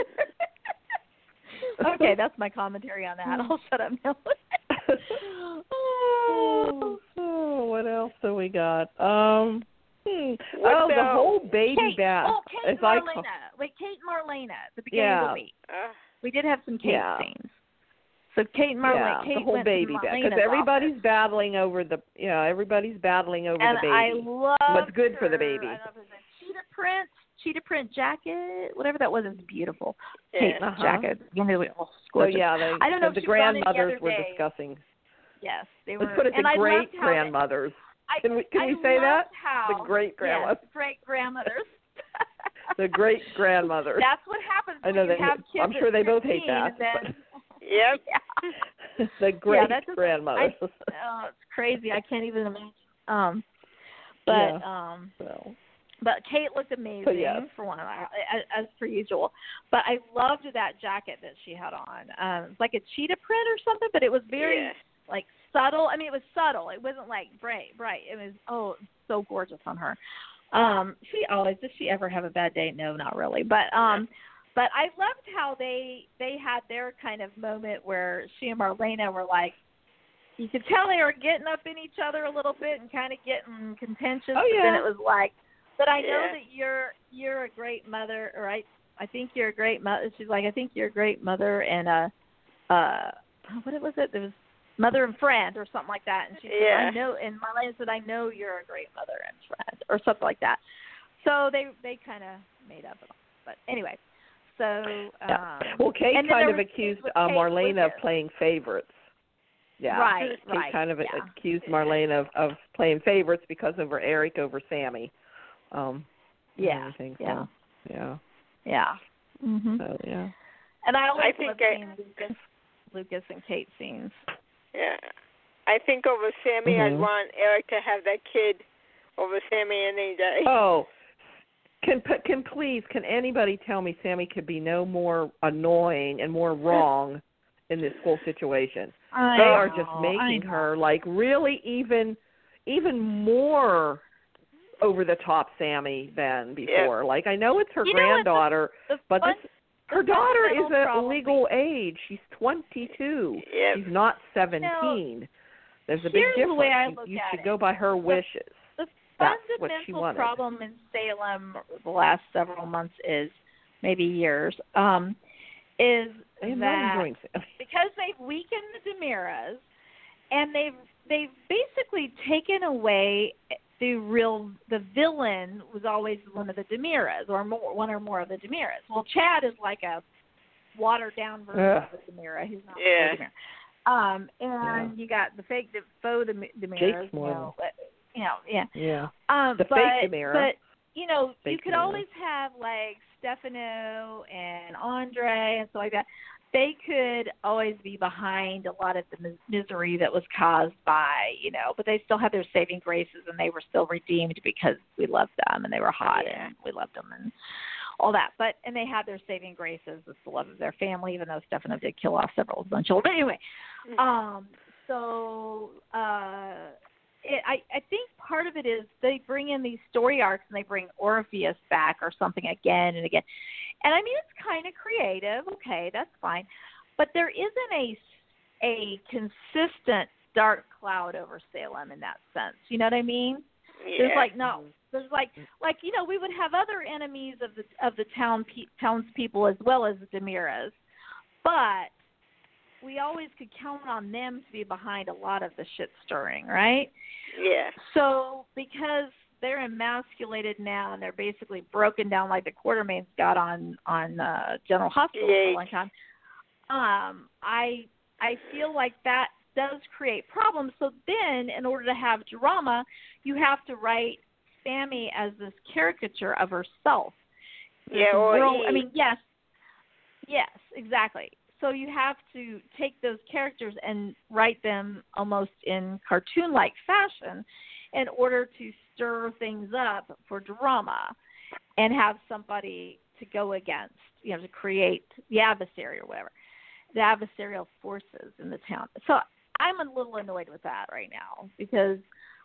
okay, that's my commentary on that. I'll shut up *laughs* now. oh, *laughs* oh, what else do we got? Um, hmm. What oh, the about- whole baby Kate, bath. oh, Kate as and I Marlena. call- Wait, Kate and Marlena at the beginning of Yeah. the week. uh, We did have some Kate Yeah. scenes. So Kate and Marlena. yeah, Kate the whole went to baby bath Marlena's everybody's office. battling over the yeah everybody's battling over and the baby. I love What's good for the baby. I don't know if it's a cheetah print, cheetah print jacket, whatever that was. It's beautiful. Kate yeah. Uh-huh. jacket. You know, it was so gorgeous. yeah, they, I don't know the if she was on it the grandmothers other were day. discussing. Yes, they were. Let's put it and the I great loved how they- grandmothers. I- Can we can I we say that? loved How, The great grandma. *laughs* Yes, great grandmothers. *laughs* The great grandmothers. That's what happens I know when they you have kids. I'm sure at they both hate 15 and that. Then, *laughs* Yep. *laughs* yeah. *laughs* the great that's just- grandmothers. oh, it's crazy. I can't even imagine. Um, but um, *laughs* so, but Kate looked amazing But yes. for one, I- I- as per usual. But I loved that jacket that she had on. Um, it's like a cheetah print or something, but it was very yeah. like subtle. I mean, it was subtle. It wasn't like bright, bright. It was oh, it was so gorgeous on her. Um, she always does. She ever have a bad day? No, not really. But um, but I loved how they they had their kind of moment where she and Marlena were like. You could tell they were getting up in each other a little bit and kind of getting contentious. Oh, But then yeah. it was like, but I know Yeah. that you're you're a great mother, or I I think you're a great mother. She's like, I think you're a great mother, and uh, uh, what was it? There was mother and friend or something like that. And she said, Yeah. I know and Marlena said, I know you're a great mother and friend or something like that. So they they kinda made up it all. But anyway. So yeah. um well, Kate and then kind there of was scenes accused with uh, Kate Marlena of Lucas. playing favorites. Yeah, Right, Kate right, kind of yeah. accused Marlena of, of playing favorites because of her Eric over Sammy. Um, and Yeah, everything, so, yeah. yeah, Yeah. Mhm. so yeah. And I always I think love I- seeing Lucas Lucas and Kate scenes. Yeah. I think over Sammy, I'd Mhm. want Eric to have that kid over Sammy any day. Oh, can p- can please can anybody tell me Sammy could be no more annoying and *laughs* more wrong in this whole situation? Uh, oh, I they are just making her like really even even more over the top Sammy than before. Like I know it's her You know what the- granddaughter, the but fun- this her daughter is fundamental at problem- legal age. She's 22. Yep. She's not 17. There's a big here's difference. the way I You- look you at should it. go by her wishes. the That's what she fundamental wanted. problem in Salem the last several months is maybe years um, is I am not that enjoying Sammy. because they've weakened the Demiras and they've they've basically taken away the real the villain was always one of the Demiras or more one or more of the Demiras. Well, Chad is like a watered down *laughs* version Ugh. of the Demira. He's not Yeah. the Demira. Um, and you got the fake the faux Dem- Demiras. Jake's you more know, but, you know, yeah. Yeah. Um, The fake but, Demira. But you know, you Fake could Demira. always have like Stefano and Andre and stuff like that. They could always be behind a lot of the mis- misery that was caused by, you know, but they still had their saving graces and they were still redeemed because we loved them and they were hot Yeah. and we loved them and all that. But and they had their saving graces, it's the love of their family, even though Stefano did kill off several of his own children. But anyway, Mm-hmm. um, so uh, it, I I think part of it is they bring in these story arcs and they bring Orpheus back or something again and again. And I mean it's kind of creative. Okay, that's fine. But there isn't a a consistent dark cloud over Salem in that sense. You know what I mean? Yeah. There's like no. There's like like you know we would have other enemies of the of the town pe- townspeople as well as the Demiras, but we always could count on them to be behind a lot of the shit stirring, right? yeah. So because they're emasculated now and they're basically broken down like the Quartermains got on on uh, General Hospital for a Yikes. long time. Um, I I feel like that does create problems. So then, in order to have drama, you have to write Sammy as this caricature of herself. This Yeah, or e girl- I Eve. mean, yes, yes, exactly. So you have to take those characters and write them almost in cartoon-like fashion in order to stir things up for drama and have somebody to go against, you know, to create the adversary or whatever, the adversarial forces in the town. So I'm a little annoyed with that right now because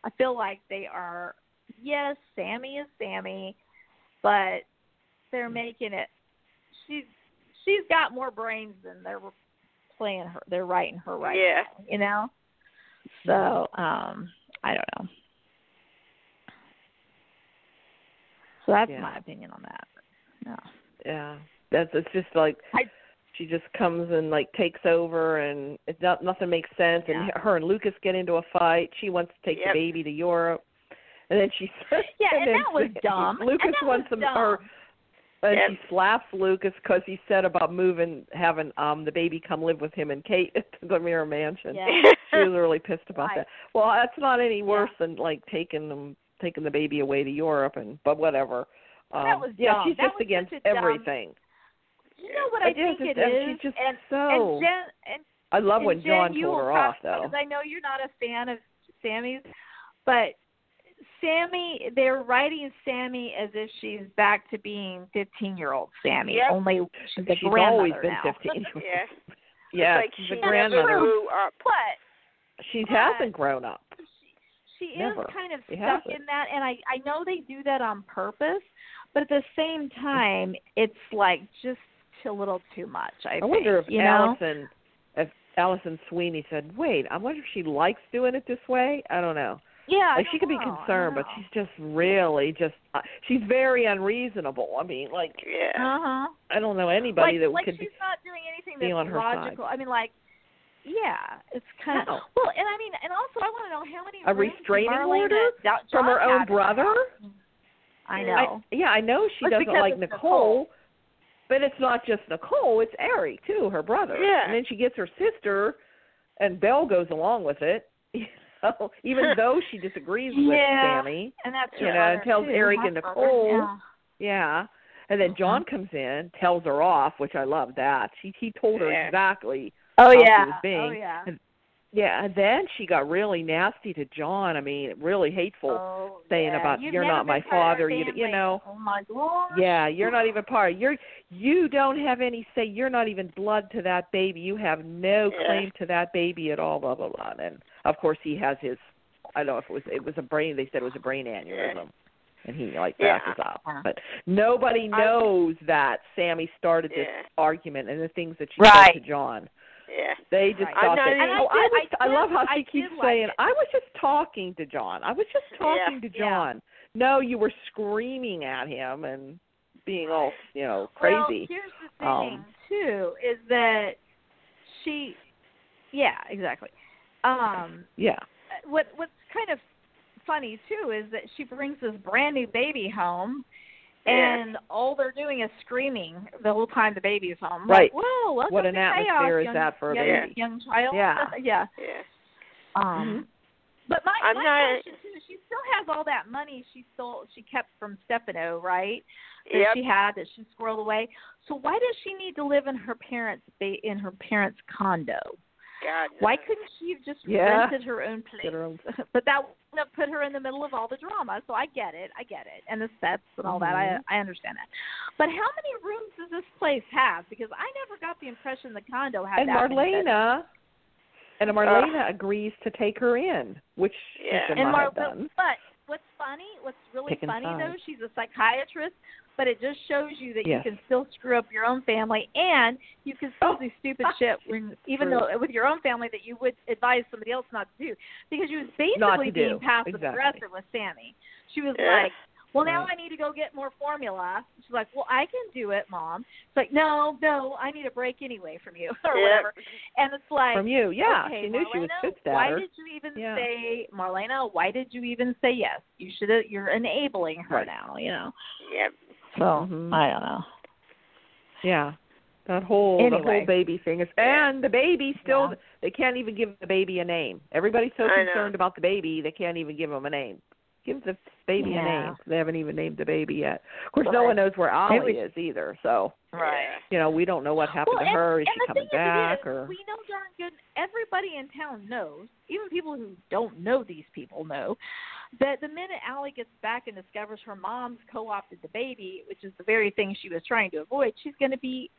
I feel like they are, yes, Sammy is Sammy, but they're making it. She's she's got more brains than they're playing her. They're writing her right Yeah. now, you know. So um, I don't know. So that's Yeah. my opinion on that. *laughs* No. Yeah, that's it's just like I- she just comes and like takes over, and it's not nothing makes sense. And Yeah. her and Lucas get into a fight. She wants to take Yep. the baby to Europe, and then she *laughs* Yeah, and, then *laughs* that was she- dumb. Lucas and that wants was them- or dumb. and Yep. she slaps Lucas because he said about moving, having um the baby come live with him and Kate *laughs* at the Mirror Mansion. Yeah. *laughs* She was really pissed about Right. that. Well, that's not any worse than like taking them taking the baby away to Europe and but whatever. Um, That was yeah, dumb. she's That just was against such a dumb- everything. You know what I, It is, think it it's- is, and she's just Oh. and so- and Jen and, I love and when Jen, John you pulled will her off, though. because I know you're not a fan of Sammy's, but Sammy, they're writing Sammy as if she's back to being 15 year old Sammy, Yep. only she's a She's always grandmother been now. 15. Yeah. yeah, like she's she a grandmother. never grew up. *laughs* But she but- hasn't grown up. she is Never. kind of It stuck hasn't. in that and I I know they do that on purpose, but at the same time it's like just a little too much. I, I, think, wonder if you know? Allison, if Allison Sweeney said, "Wait, I wonder if she likes doing it this way." I don't know. Yeah, I like she could don't be know. I don't concerned, but know. she's just really just uh, she's very unreasonable. I mean, like Yeah. uh-huh. I don't know anybody like, that like could she's be. not doing anything be that's on her side. logical. I mean, like, yeah, it's kind of No. well, and I mean, and also I want to know how many A rooms did restraining Marlena order Jo- From her John own had in her brother? house? I know. I, yeah, I know she It's doesn't because like it's Nicole, Nicole. but it's not just Nicole; it's Ari too, her brother. Yeah. And then she gets her sister, and Belle goes along with it. *laughs* You know, *laughs* even though she disagrees with Yeah. Sammy. and that's you her know, other tells too, Eric half and brother. Nicole. Yeah. Yeah. And then Uh-huh. John comes in, tells her off, which I love that. She he told her Yeah. exactly. Oh she yeah. was being. Oh yeah. Yeah, and then she got really nasty to John. I mean, really hateful, Oh, saying yeah. about, You've "You're never not been my part of our father," you- you family. know. Oh my lord. Yeah, you're not even part. You're you don't have any say. You're not even blood to that baby. You have no Yeah. claim to that baby at all. Blah blah blah. And of course, he has his. I don't know if it was it was a brain. They said it was a brain aneurysm, and he like Yeah. passes out. Yeah. But nobody knows that Sammy started this Yeah. argument and the things that she said Right. to John. Yeah. They just Right. thought I'm not that. even- oh, I, was, I I, did- love how I she keeps did like saying, it. "I was just talking to John. I was just talking to yeah. John." No, you were screaming at him and being all, you know, crazy. Well, here's the thing Um, too is that she, yeah, exactly. Um, yeah. what what's kind of funny too is that she brings this brand new baby home. Yeah. And all they're doing is screaming the whole time the baby's home. Right. Like, Whoa, welcome What an to chaos, atmosphere is young, that for a young, baby? Young child. Yeah. *laughs* yeah. Yeah. Mm-hmm. Um, but my, I'm my not- question too, she still has all that money she stole, she kept from Stefano, right? That Yep. she had that she squirreled away. So why does she need to live in her parents ba- in her parents' condo? God. Why knows. couldn't she have just Yeah. rented her own place? Get her own- *laughs* but that wouldn't have put her in the middle of all the drama. So I get it, I get it, and the sets and all that. Mhm. I I understand that. But how many rooms does this place have? Because I never got the impression the condo had And that many bedrooms. Marlena and Marlena agrees to take her in, which she Yeah. should not and Mar- have done. But what's funny, what's really Picking funny sides. though, she's a psychiatrist, but it just shows you that Yes. you can still screw up your own family and you can still Oh. do stupid shit when even true. though with your own family that you would advise somebody else not to do. Because she was Not to basically do. being passive Exactly. Eh. aggressive with Sammy. She was Yeah. like well, now Right. I need to go get more formula. She's like, well, I can do it, mom. It's like, no, no, I need a break anyway from you *laughs* or Yeah. whatever. And it's like, from you. Yeah, okay, she knew she was Marlena, pissed at Why her. did you even Yeah. say, Marlena? Why did you even say yes? You should. have You're enabling her Right. now. You know. Yep. So Mhm. I don't know. Yeah. That whole the Anyway. whole baby thing is and the baby still Yeah. they can't even give the baby a name. Everybody's so I know. concerned about the baby they can't even give him a name. Give the baby Yeah. a name. They haven't even named the baby yet. Of course no Right. one knows where Ollie Maybe- is either, so Right. you know, we don't know what happened well, to and, her. Is and she the coming thing back is, it is, or we know darn good everybody in town knows, even people who don't know these people know, that the minute Allie gets back and discovers her mom's co opted the baby, which is the very thing she was trying to avoid, she's gonna be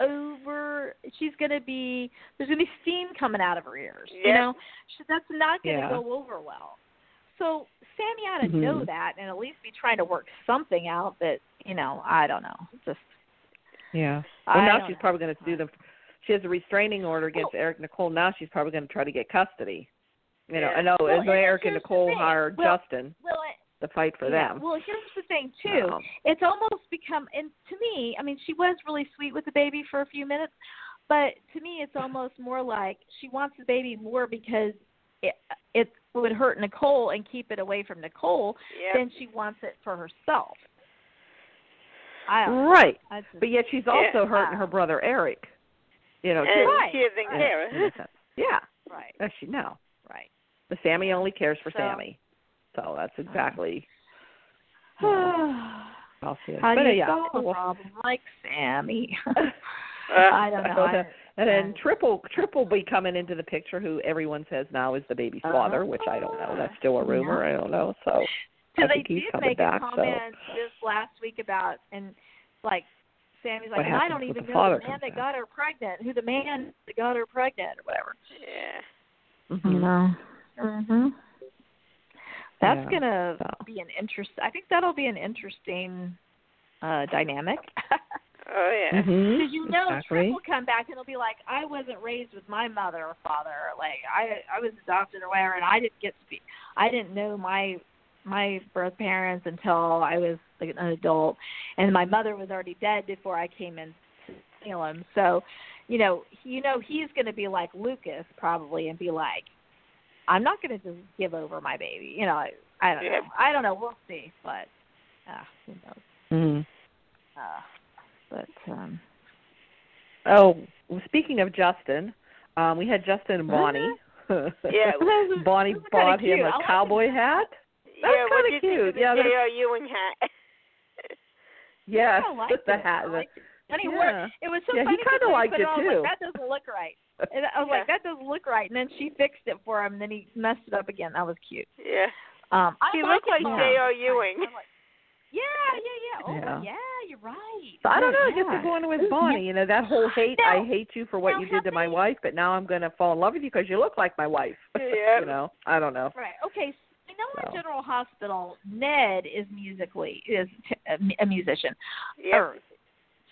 over she's gonna be there's gonna be steam coming out of her ears. You Yep. know? She, that's not gonna Yeah. go over well. So Sammy ought to Mhm. know that and at least be trying to work something out that, you know, I don't know. Just Yeah. Well, I now don't she's know. probably going to sue them. She has a restraining order against Eric Nicole. Now she's probably going to try to get custody. You know, Yeah. I know and Well, and Eric and here's the Nicole thing. hired Well, Justin Well, it, to fight for yeah. them. Well, here's the thing too. Um, It's almost become, and to me, I mean, she was really sweet with the baby for a few minutes, but to me, it's almost more like she wants the baby more because it it would hurt Nicole and keep it away from Nicole Yep. than she wants it for herself. I don't. know. right. I just, But yet she's Yeah. also hurting Ah. her brother Eric. You know, and too. Right. she doesn't In a- care. in a sense. Yeah. right, Does she no. *sighs* right. But Sammy only cares for So- Oh. Sammy. So that's exactly how she is. How do but, you yeah. solve a well, problem like *laughs* Sammy? *laughs* Uh, I don't know. I, And then Yeah. triple triple be coming into the picture, who everyone says now is the baby's Uh-huh. father, which I don't know. That's still a rumor. I don't know. So I Because think they he's did coming make back, a so- comment just last week about and like Sammy's What like, and I happens don't when even the know father the man comes that back?" got her pregnant, who the man that got her pregnant or whatever. *laughs* yeah. Mm-hmm. mhm. Mm-hmm. Mhm. That's Mm-hmm. Yeah, gonna so. be an interest. I think that'll be an interesting uh dynamic. *laughs* Oh yeah. Mhm, Because you know exactly. Trip will come back and he'll be like, I wasn't raised with my mother or father, like I I was adopted or whatever and I didn't get to be I didn't know my my birth parents until I was like an adult and my mother was already dead before I came in to Salem. So, you know, he- you know he's gonna be like Lucas probably and be like, I'm not gonna just give over my baby. You know, I, I don't know. Yeah. I don't know, we'll see. But uh, who knows. Mm-hmm. Mhm. Uh, but um Oh, well, speaking of Justin, um, we had Justin Uh-huh. and Bonnie. *laughs* Yeah. Bonnie Those are kinda bought him cute. I a like them. cowboy hat. yeah, what kinda do you think cute. of the Yeah, that's- J.R. Ewing hat? Yes, I liked the it. hat. I the- liked it. And he wore yeah. it was so Yeah, he funny. 'cause kinda when liked put it, on, I was Like, that doesn't look *laughs* right. And I was like, Yeah. that doesn't look right. And then she fixed it for him. And then he messed it up again. That was cute. Yeah. Um, I He like looked it like more. J.R. Ewing. I'm like, yeah, yeah, yeah. Oh, Yeah. yeah. you're right. So I don't know. I Oh, guess yeah. I'm going Ooh, with Bonnie. You know that whole hate. Now- I hate you for what now you did to have my they- wife, but now I'm going to fall in love with you because you look like my wife. *laughs* Yeah. you know, I don't know. Right. Okay. So I know So. in General Hospital, Ned is musically is t- a mu- a musician. Yeah. or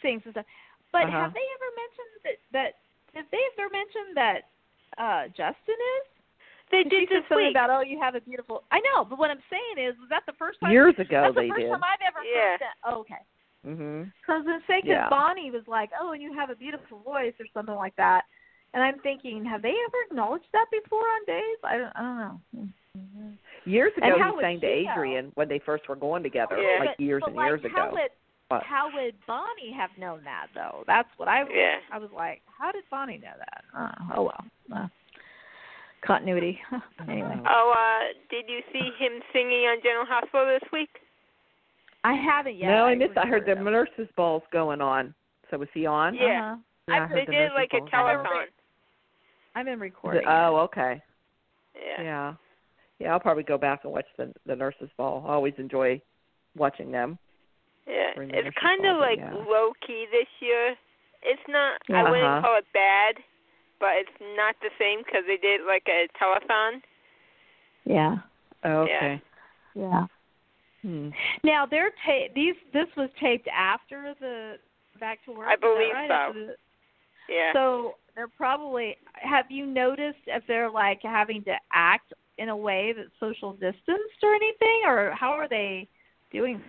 sings and stuff. But Uh-huh. have they ever mentioned that, that have they ever mentioned that uh Justin is? They did 'Cause she said this something week. about oh you have a beautiful I know, but what I'm saying is was that the first time Years ago that's they the first did. time I've ever Yeah. heard that oh, okay. Mhm. So I was gonna say 'cause Yeah. Bonnie was like, Oh, and you have a beautiful voice or something like that. And I'm thinking, have they ever acknowledged that before on days? I don't, I don't know. Hmm. Years And ago, how he would sang to she know? Adrian when they first were going together, Yeah. like But- years but and like, years how ago. Uh, Would, But- how would Bonnie have known that though? That's what I was. Yeah. I was like, how did Bonnie know that? Uh, oh well, uh, continuity. *laughs* anyway, know. Oh, uh, did you see him singing on General Hospital this week? I haven't yet. no, I missed. I heard the recorded nurses' balls going on. So was he on? them. Yeah. Uh-huh. Yeah, I heard They the did nurses' like a balls going on. telethon. I'm in The- recording. oh, okay. Yeah. Yeah. Yeah, I'll probably go back and watch the the nurses' ball. I always enjoy watching them. Yeah, Bring the it's nurses kind of over, like yeah. low key this year. It's not. Yeah. I wouldn't Uh-huh. call it bad, but it's not the same because they did like a telethon. yeah. Oh, Yeah. okay. Yeah. Hmm. Now they're ta- these. This was taped after the Back to Work. I is that believe right? so. After the- Yeah. So they're probably. Have you noticed if they're like having to act in a way that's social distanced or anything, or how are they doing?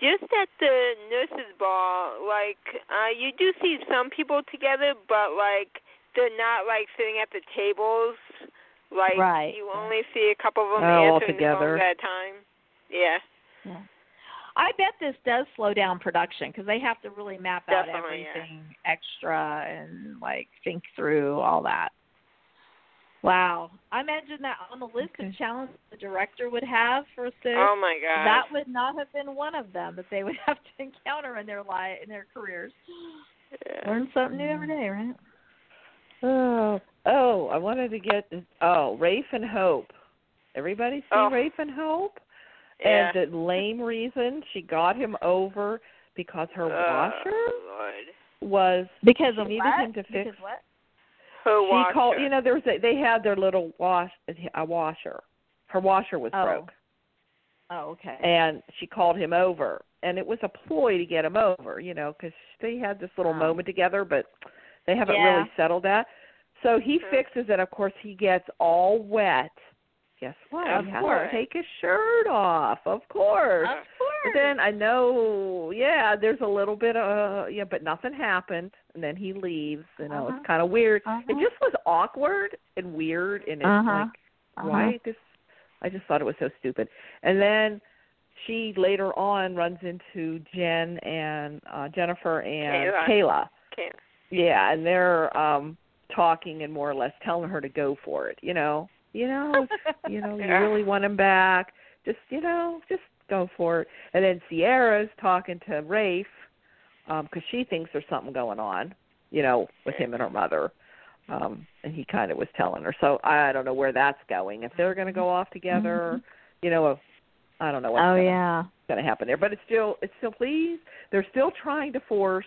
just at the nurses ball like uh you do see some people together but like they're not like sitting at the tables like Right. you only see a couple of them Oh, all answering together. the phones at a time yeah I bet this does slow down production because they have to really map out Definitely, yeah. everything extra and like think through all that. Wow, I imagine that on the list of challenges the director would have for Sue, oh my god that would not have been one of them that they would *laughs* have to encounter in their life in their careers. yeah. Learn something new every day, right? Oh, oh, I wanted to get oh, Rafe and Hope. Everybody see Oh. Rafe and Hope? yeah. And the lame reason she got him over because her washer oh, Lord. was Because She of needed what? him to fix- Because what? her she washer called you know there was a, they had their little wash a washer. Her washer was Oh. broke. Oh, okay. and she called him over and it was a ploy to get him over you know because they had this little Wow. moment together but they haven't Yeah. really settled that so he Sure. fixes it of course he gets all wet guess what Of he has course. to take his shirt off of course of course. but then i know yeah there's a little bit of yeah but nothing happened and then he leaves you know Uh-huh. it's kind of weird Uh-huh. it just was awkward and weird and it's Uh-huh. like Uh-huh. *laughs* why this i just thought it was so stupid and then she later on runs into jen and uh jennifer and Kayla. kayla yeah and they're um talking and more or less telling her to go for it you know you know Uh-huh. you know you Yeah. really want him back just you know just go for it and then sierra's talking to rafe because she thinks there's something going on you know with him and her mother um and he kind of was telling her so i don't know where that's going if they're going to go off together you know i *laughs* don't know what's Mm-hmm. oh going yeah. going to happen there. But it's still it's still please they're still trying to force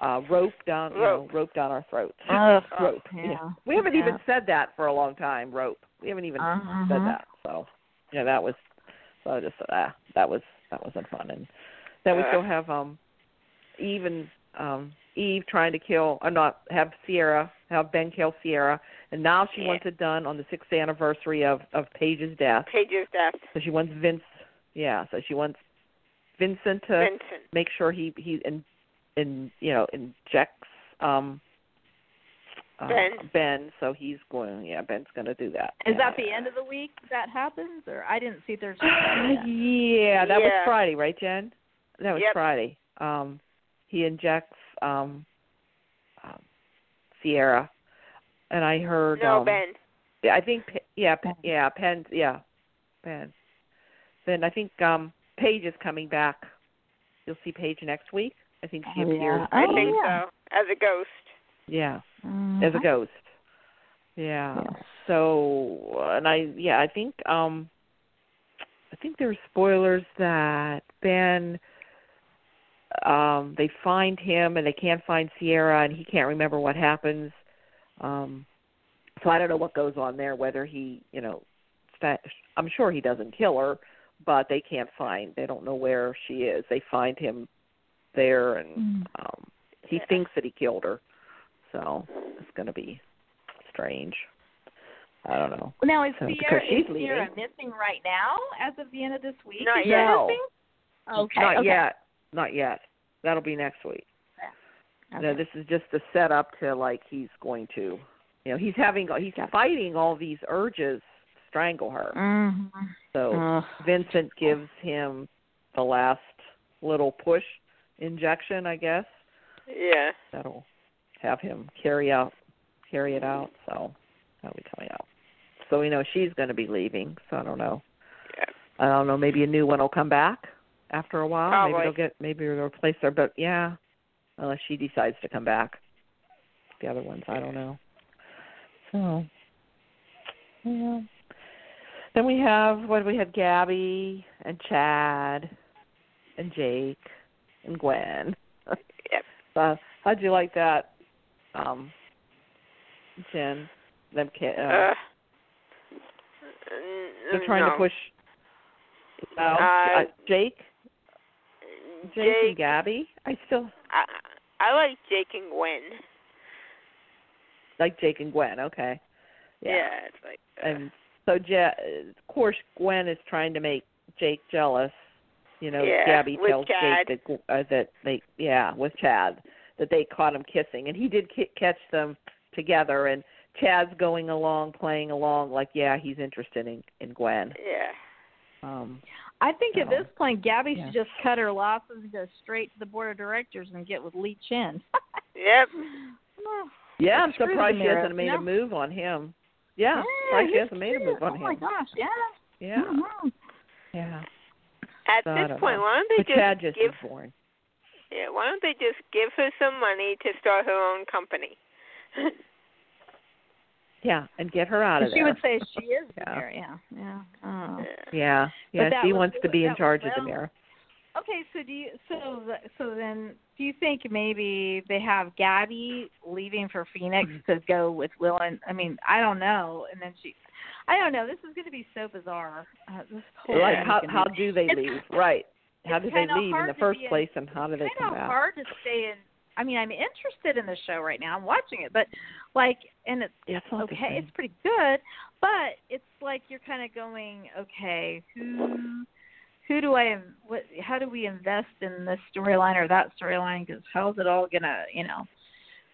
uh rope down you know Rope. rope down our throats. *laughs* Ugh. *laughs* rope. yeah. We haven't Yeah. even said that for a long time. Rope. We haven't even Uh-huh. said that. So yeah, that was so I just ah, that was that wasn't fun and then we Uh. still have um Eve and um Eve trying to kill or not have Sierra have Ben kill Sierra and now she Yeah. wants it done on the sixth anniversary of of Paige's death. Paige's death So she wants Vince. Yeah. So she wants Vincent to Vincent make sure he he in, in you know injects um uh, Ben. Ben. So he's going. Yeah, Ben's going to do that. Is that Yeah. the end of the week that happens, or I didn't *laughs* see Thursday? *sighs* yeah, that was Yeah. Friday, right, Jen? That was Yep. Friday. Um, he injects um, um Sierra, and I heard no um, Ben Yeah, I think P- yeah, P- Penn. yeah, Penn, yeah, Penn. Then I think um Paige is coming back. You'll see Paige next week. I think she Oh, yeah. appears. I Oh, think yeah. so as a ghost Yeah, Mm-hmm. as a ghost. Yeah. Yes. So and I yeah I think um I think there were spoilers that Ben um they find him and they can't find Sierra and he can't remember what happens. Um so I don't know what goes on there whether he, you know, sta- I'm sure he doesn't kill her, but they can't find they don't know where she is. They find him there and Mm-hmm. um he Yeah. thinks that he killed her. So it's going to be strange. I don't know. Now is So, because Sierra, she's is Sierra leaving. missing right now as of the end of this week? Not Is she yet. missing? Okay. Not okay. yet. Not yet. That'll be next week. No, Okay. this is just a setup to like he's going to, you know, he's having he's Got it. fighting all these urges to strangle her. Mhm. So Ugh. Vincent gives him the last little push injection, I guess. yeah That'll have him carry out carry it out. So that'll be coming out. So we know she's going to be leaving. So I don't know. yeah I don't know. Maybe a new one will come back after a while. Maybe Probably. they'll get maybe they'll replace her. But yeah, unless she decides to come back. The other ones, I don't know. So yeah. Then we have what do we have? Gabby and Chad and Jake and Gwen. Yep. So how'd you like that, um, Jen? Them ki- uh, uh, they're trying no. to push No, Uh, uh, Jake, Jake, and Jake. Gabby. I still I, I like Jake and Gwen. like Jake and Gwen. Okay. it's like. uh, And so, ja- of course, Gwen is trying to make Jake jealous. You know, Yeah, Gabby with tells Chad. Jake that uh, that they yeah with Chad that they caught him kissing, and he did ki- catch them together. And Chad's going along, playing along, like yeah, he's interested in in Gwen. yeah. Um, I think at So, this point, Gabby yeah. should just cut her losses and go straight to the board of directors and get with Lee *laughs* Chin. Yep. yeah, I'm Screw the surprised she mirror. hasn't made Yeah. a move on him. Yeah, surprised she he's hasn't made a cute. move on Oh him. my gosh, yeah. Mm-hmm. Yeah, I don't know. yeah. At So I this don't point, know. why don't they But just Chad just give is born. yeah, why don't they just give her some money to start her own *laughs* company? Oh, Yeah, and get her out of She there. would *laughs* say she is the Yeah. mayor, yeah. Yeah. Oh. yeah. yeah, But yeah. that She was- wants to be that in was charge of the well- mirror. Okay, so do you so the- so then do you think maybe they have Gabby leaving for Phoenix Mm-hmm. to go with Will and I mean I don't know and then she I don't know this is going to be so bizarre. Uh, this whole like thing is how gonna how be- do they *laughs* It's- leave right how it's do they kinda leave in hard the to first be in- place and how do they kind come of back hard to stay in. I mean, I'm interested in the show right now. I'm watching it, but like, and it's yeah, it's not the okay. same. It's pretty good, but it's like you're kind of going, okay, who, who do I, what, how do we invest in this storyline or that storyline? Because how's it all gonna, you know,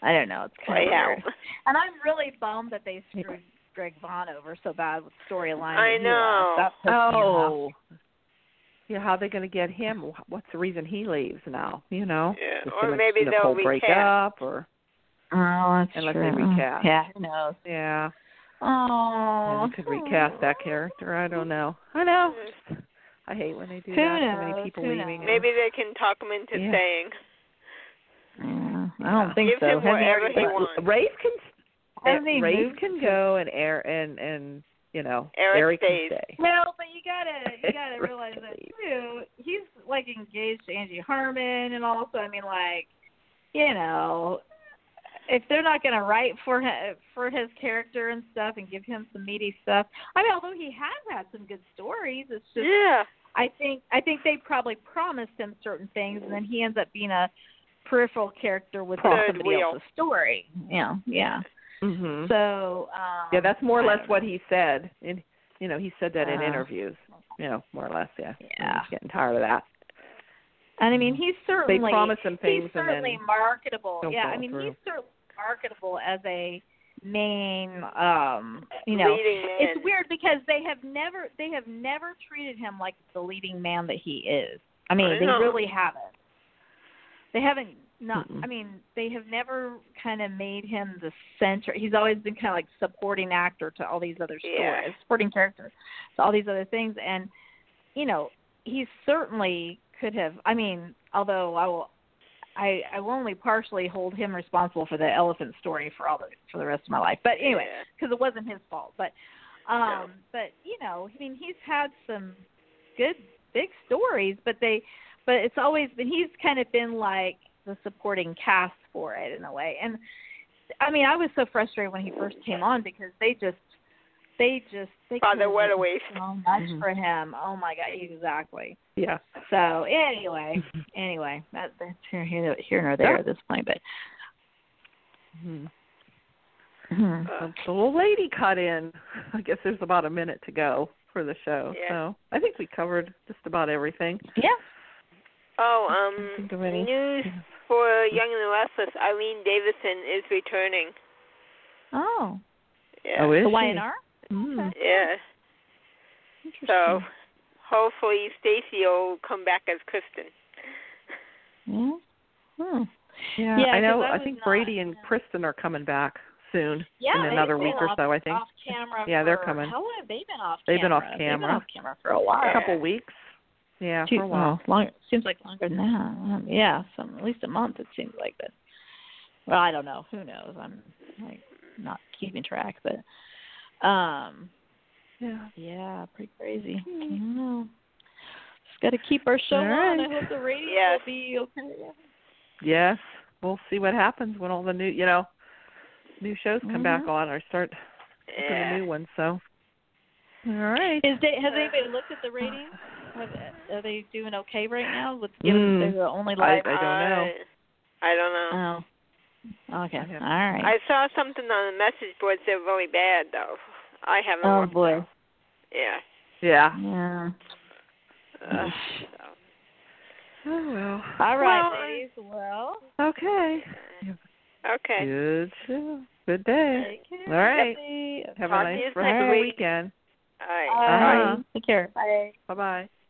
I don't know. It's Play kind of out. weird. And I'm really bummed that they screwed Greg Vaughn over so bad with storyline. I that he know. left. That pissed me off. oh yeah how are they going to get him Wh- what's the reason he leaves now you know Yeah, Just or gonna- maybe the whole they'll break recast. up or Oh, that's Unless they true. recast. Yeah, who knows? yeah Oh, and they could recast that character i don't know i know i hate when they do Who that so knows? many people Who leaving knows? Maybe they can talk him into Yeah. staying. Yeah, I don't Yeah. think Give so. him Have you whatever already- he wants. rafe can Have they rafe moved can to- go and air and and you know Eric can stays. stay Well, but you gotta you gotta Right. realize that too. He's like engaged to Angie Harmon, and also, I mean, like, you know, if they're not gonna write for him for his character and stuff, and give him some meaty stuff. I mean, although he has had some good stories, it's just Yeah. I think I think they probably promised him certain things, and then he ends up being a peripheral character within Third somebody wheel. else's story. Yeah, yeah. mhm So um, Yeah, that's more or I less don't what know. he said. In you know, he said that in Uh, interviews. You know, more or less. Yeah. Yeah. He's getting tired of that. And I mean, he's certainly Mm-hmm. They promise him things he's and then certainly marketable. don't Yeah, I follow mean, through. he's certainly marketable as a main, um, you know. Leading man. It's weird because they have never they have never treated him like the leading man that he is. I mean, I they know. really haven't. They haven't not. Mm-mm. I mean, they have never kind of made him the center. He's always been kind of like supporting actor to all these other stories, Yeah. supporting character to all these other things, and you know, he certainly could have. I mean, although I will. I, I will only partially hold him responsible for the elephant story for all the for the rest of my life. But anyway, Yeah. because it wasn't his fault. But um but you know, I mean he's had some good big stories, but they but it's always been he's kind of been like the supporting cast for it in a way. And I mean, I was so frustrated when he first came on because they just they just they By the could've way, done we- so much Mhm. for him. Oh my god, exactly. Yeah. So *laughs* anyway, anyway, that, that's here, here here nor there at this point, but Mhm. mhm. Uh, So the little lady cut in. *laughs* I guess there's about a minute to go for the show. Yeah. So I think we covered just about everything. yeah. oh, um, Think of any- news for Young and the Restless. Eileen Davison is returning. Oh, Yeah. Oh, is the she? YNR. Mm. Okay. Yeah. Hmm. Interesting. So hopefully Stacy will come back as Kristen. Yeah. Mm-hmm. Hmm. Yeah, Yeah, I know. 'cause I I was think not- Brady and yeah. Kristen are coming back soon Yeah, in they've another been week or off- so. I think Off camera. Yeah, they're for- coming. How long have they been off? They've been off camera? They've camera. been off camera for a while. a couple weeks. Yeah, Two- for a while. well, long, seems like longer than that. Um, yeah, some at least a month it seems like. But well, I don't know. Who knows? I'm like not keeping track, but um, Yeah. yeah, pretty crazy. I don't know. Just got to keep our show All on. I right. hope the ratings Yes. will be okay. Yeah. Yes. We'll see what happens when all the new, you know, new shows come back Mhm. on or start for the Yeah. new one. So, Eh. all right. Is they, has anybody looked at the ratings? What, are they doing okay right now? With given that they're the only live. Hmm. I don't know. uh, I, I don't know. Oh. Okay. All right. I saw something on the message board that said really bad though. I haven't. oh looked. boy. Yeah. Yeah. Yeah. Uh, Oh well. All right, Well, ladies. Well. Okay. Uh, okay. Good. show. Good day. Take care. All right. everybody. Have a Talk to nice you next rest of the week. weekend. Um, All right. All right. Uh-huh. Take care. Bye. Bye bye.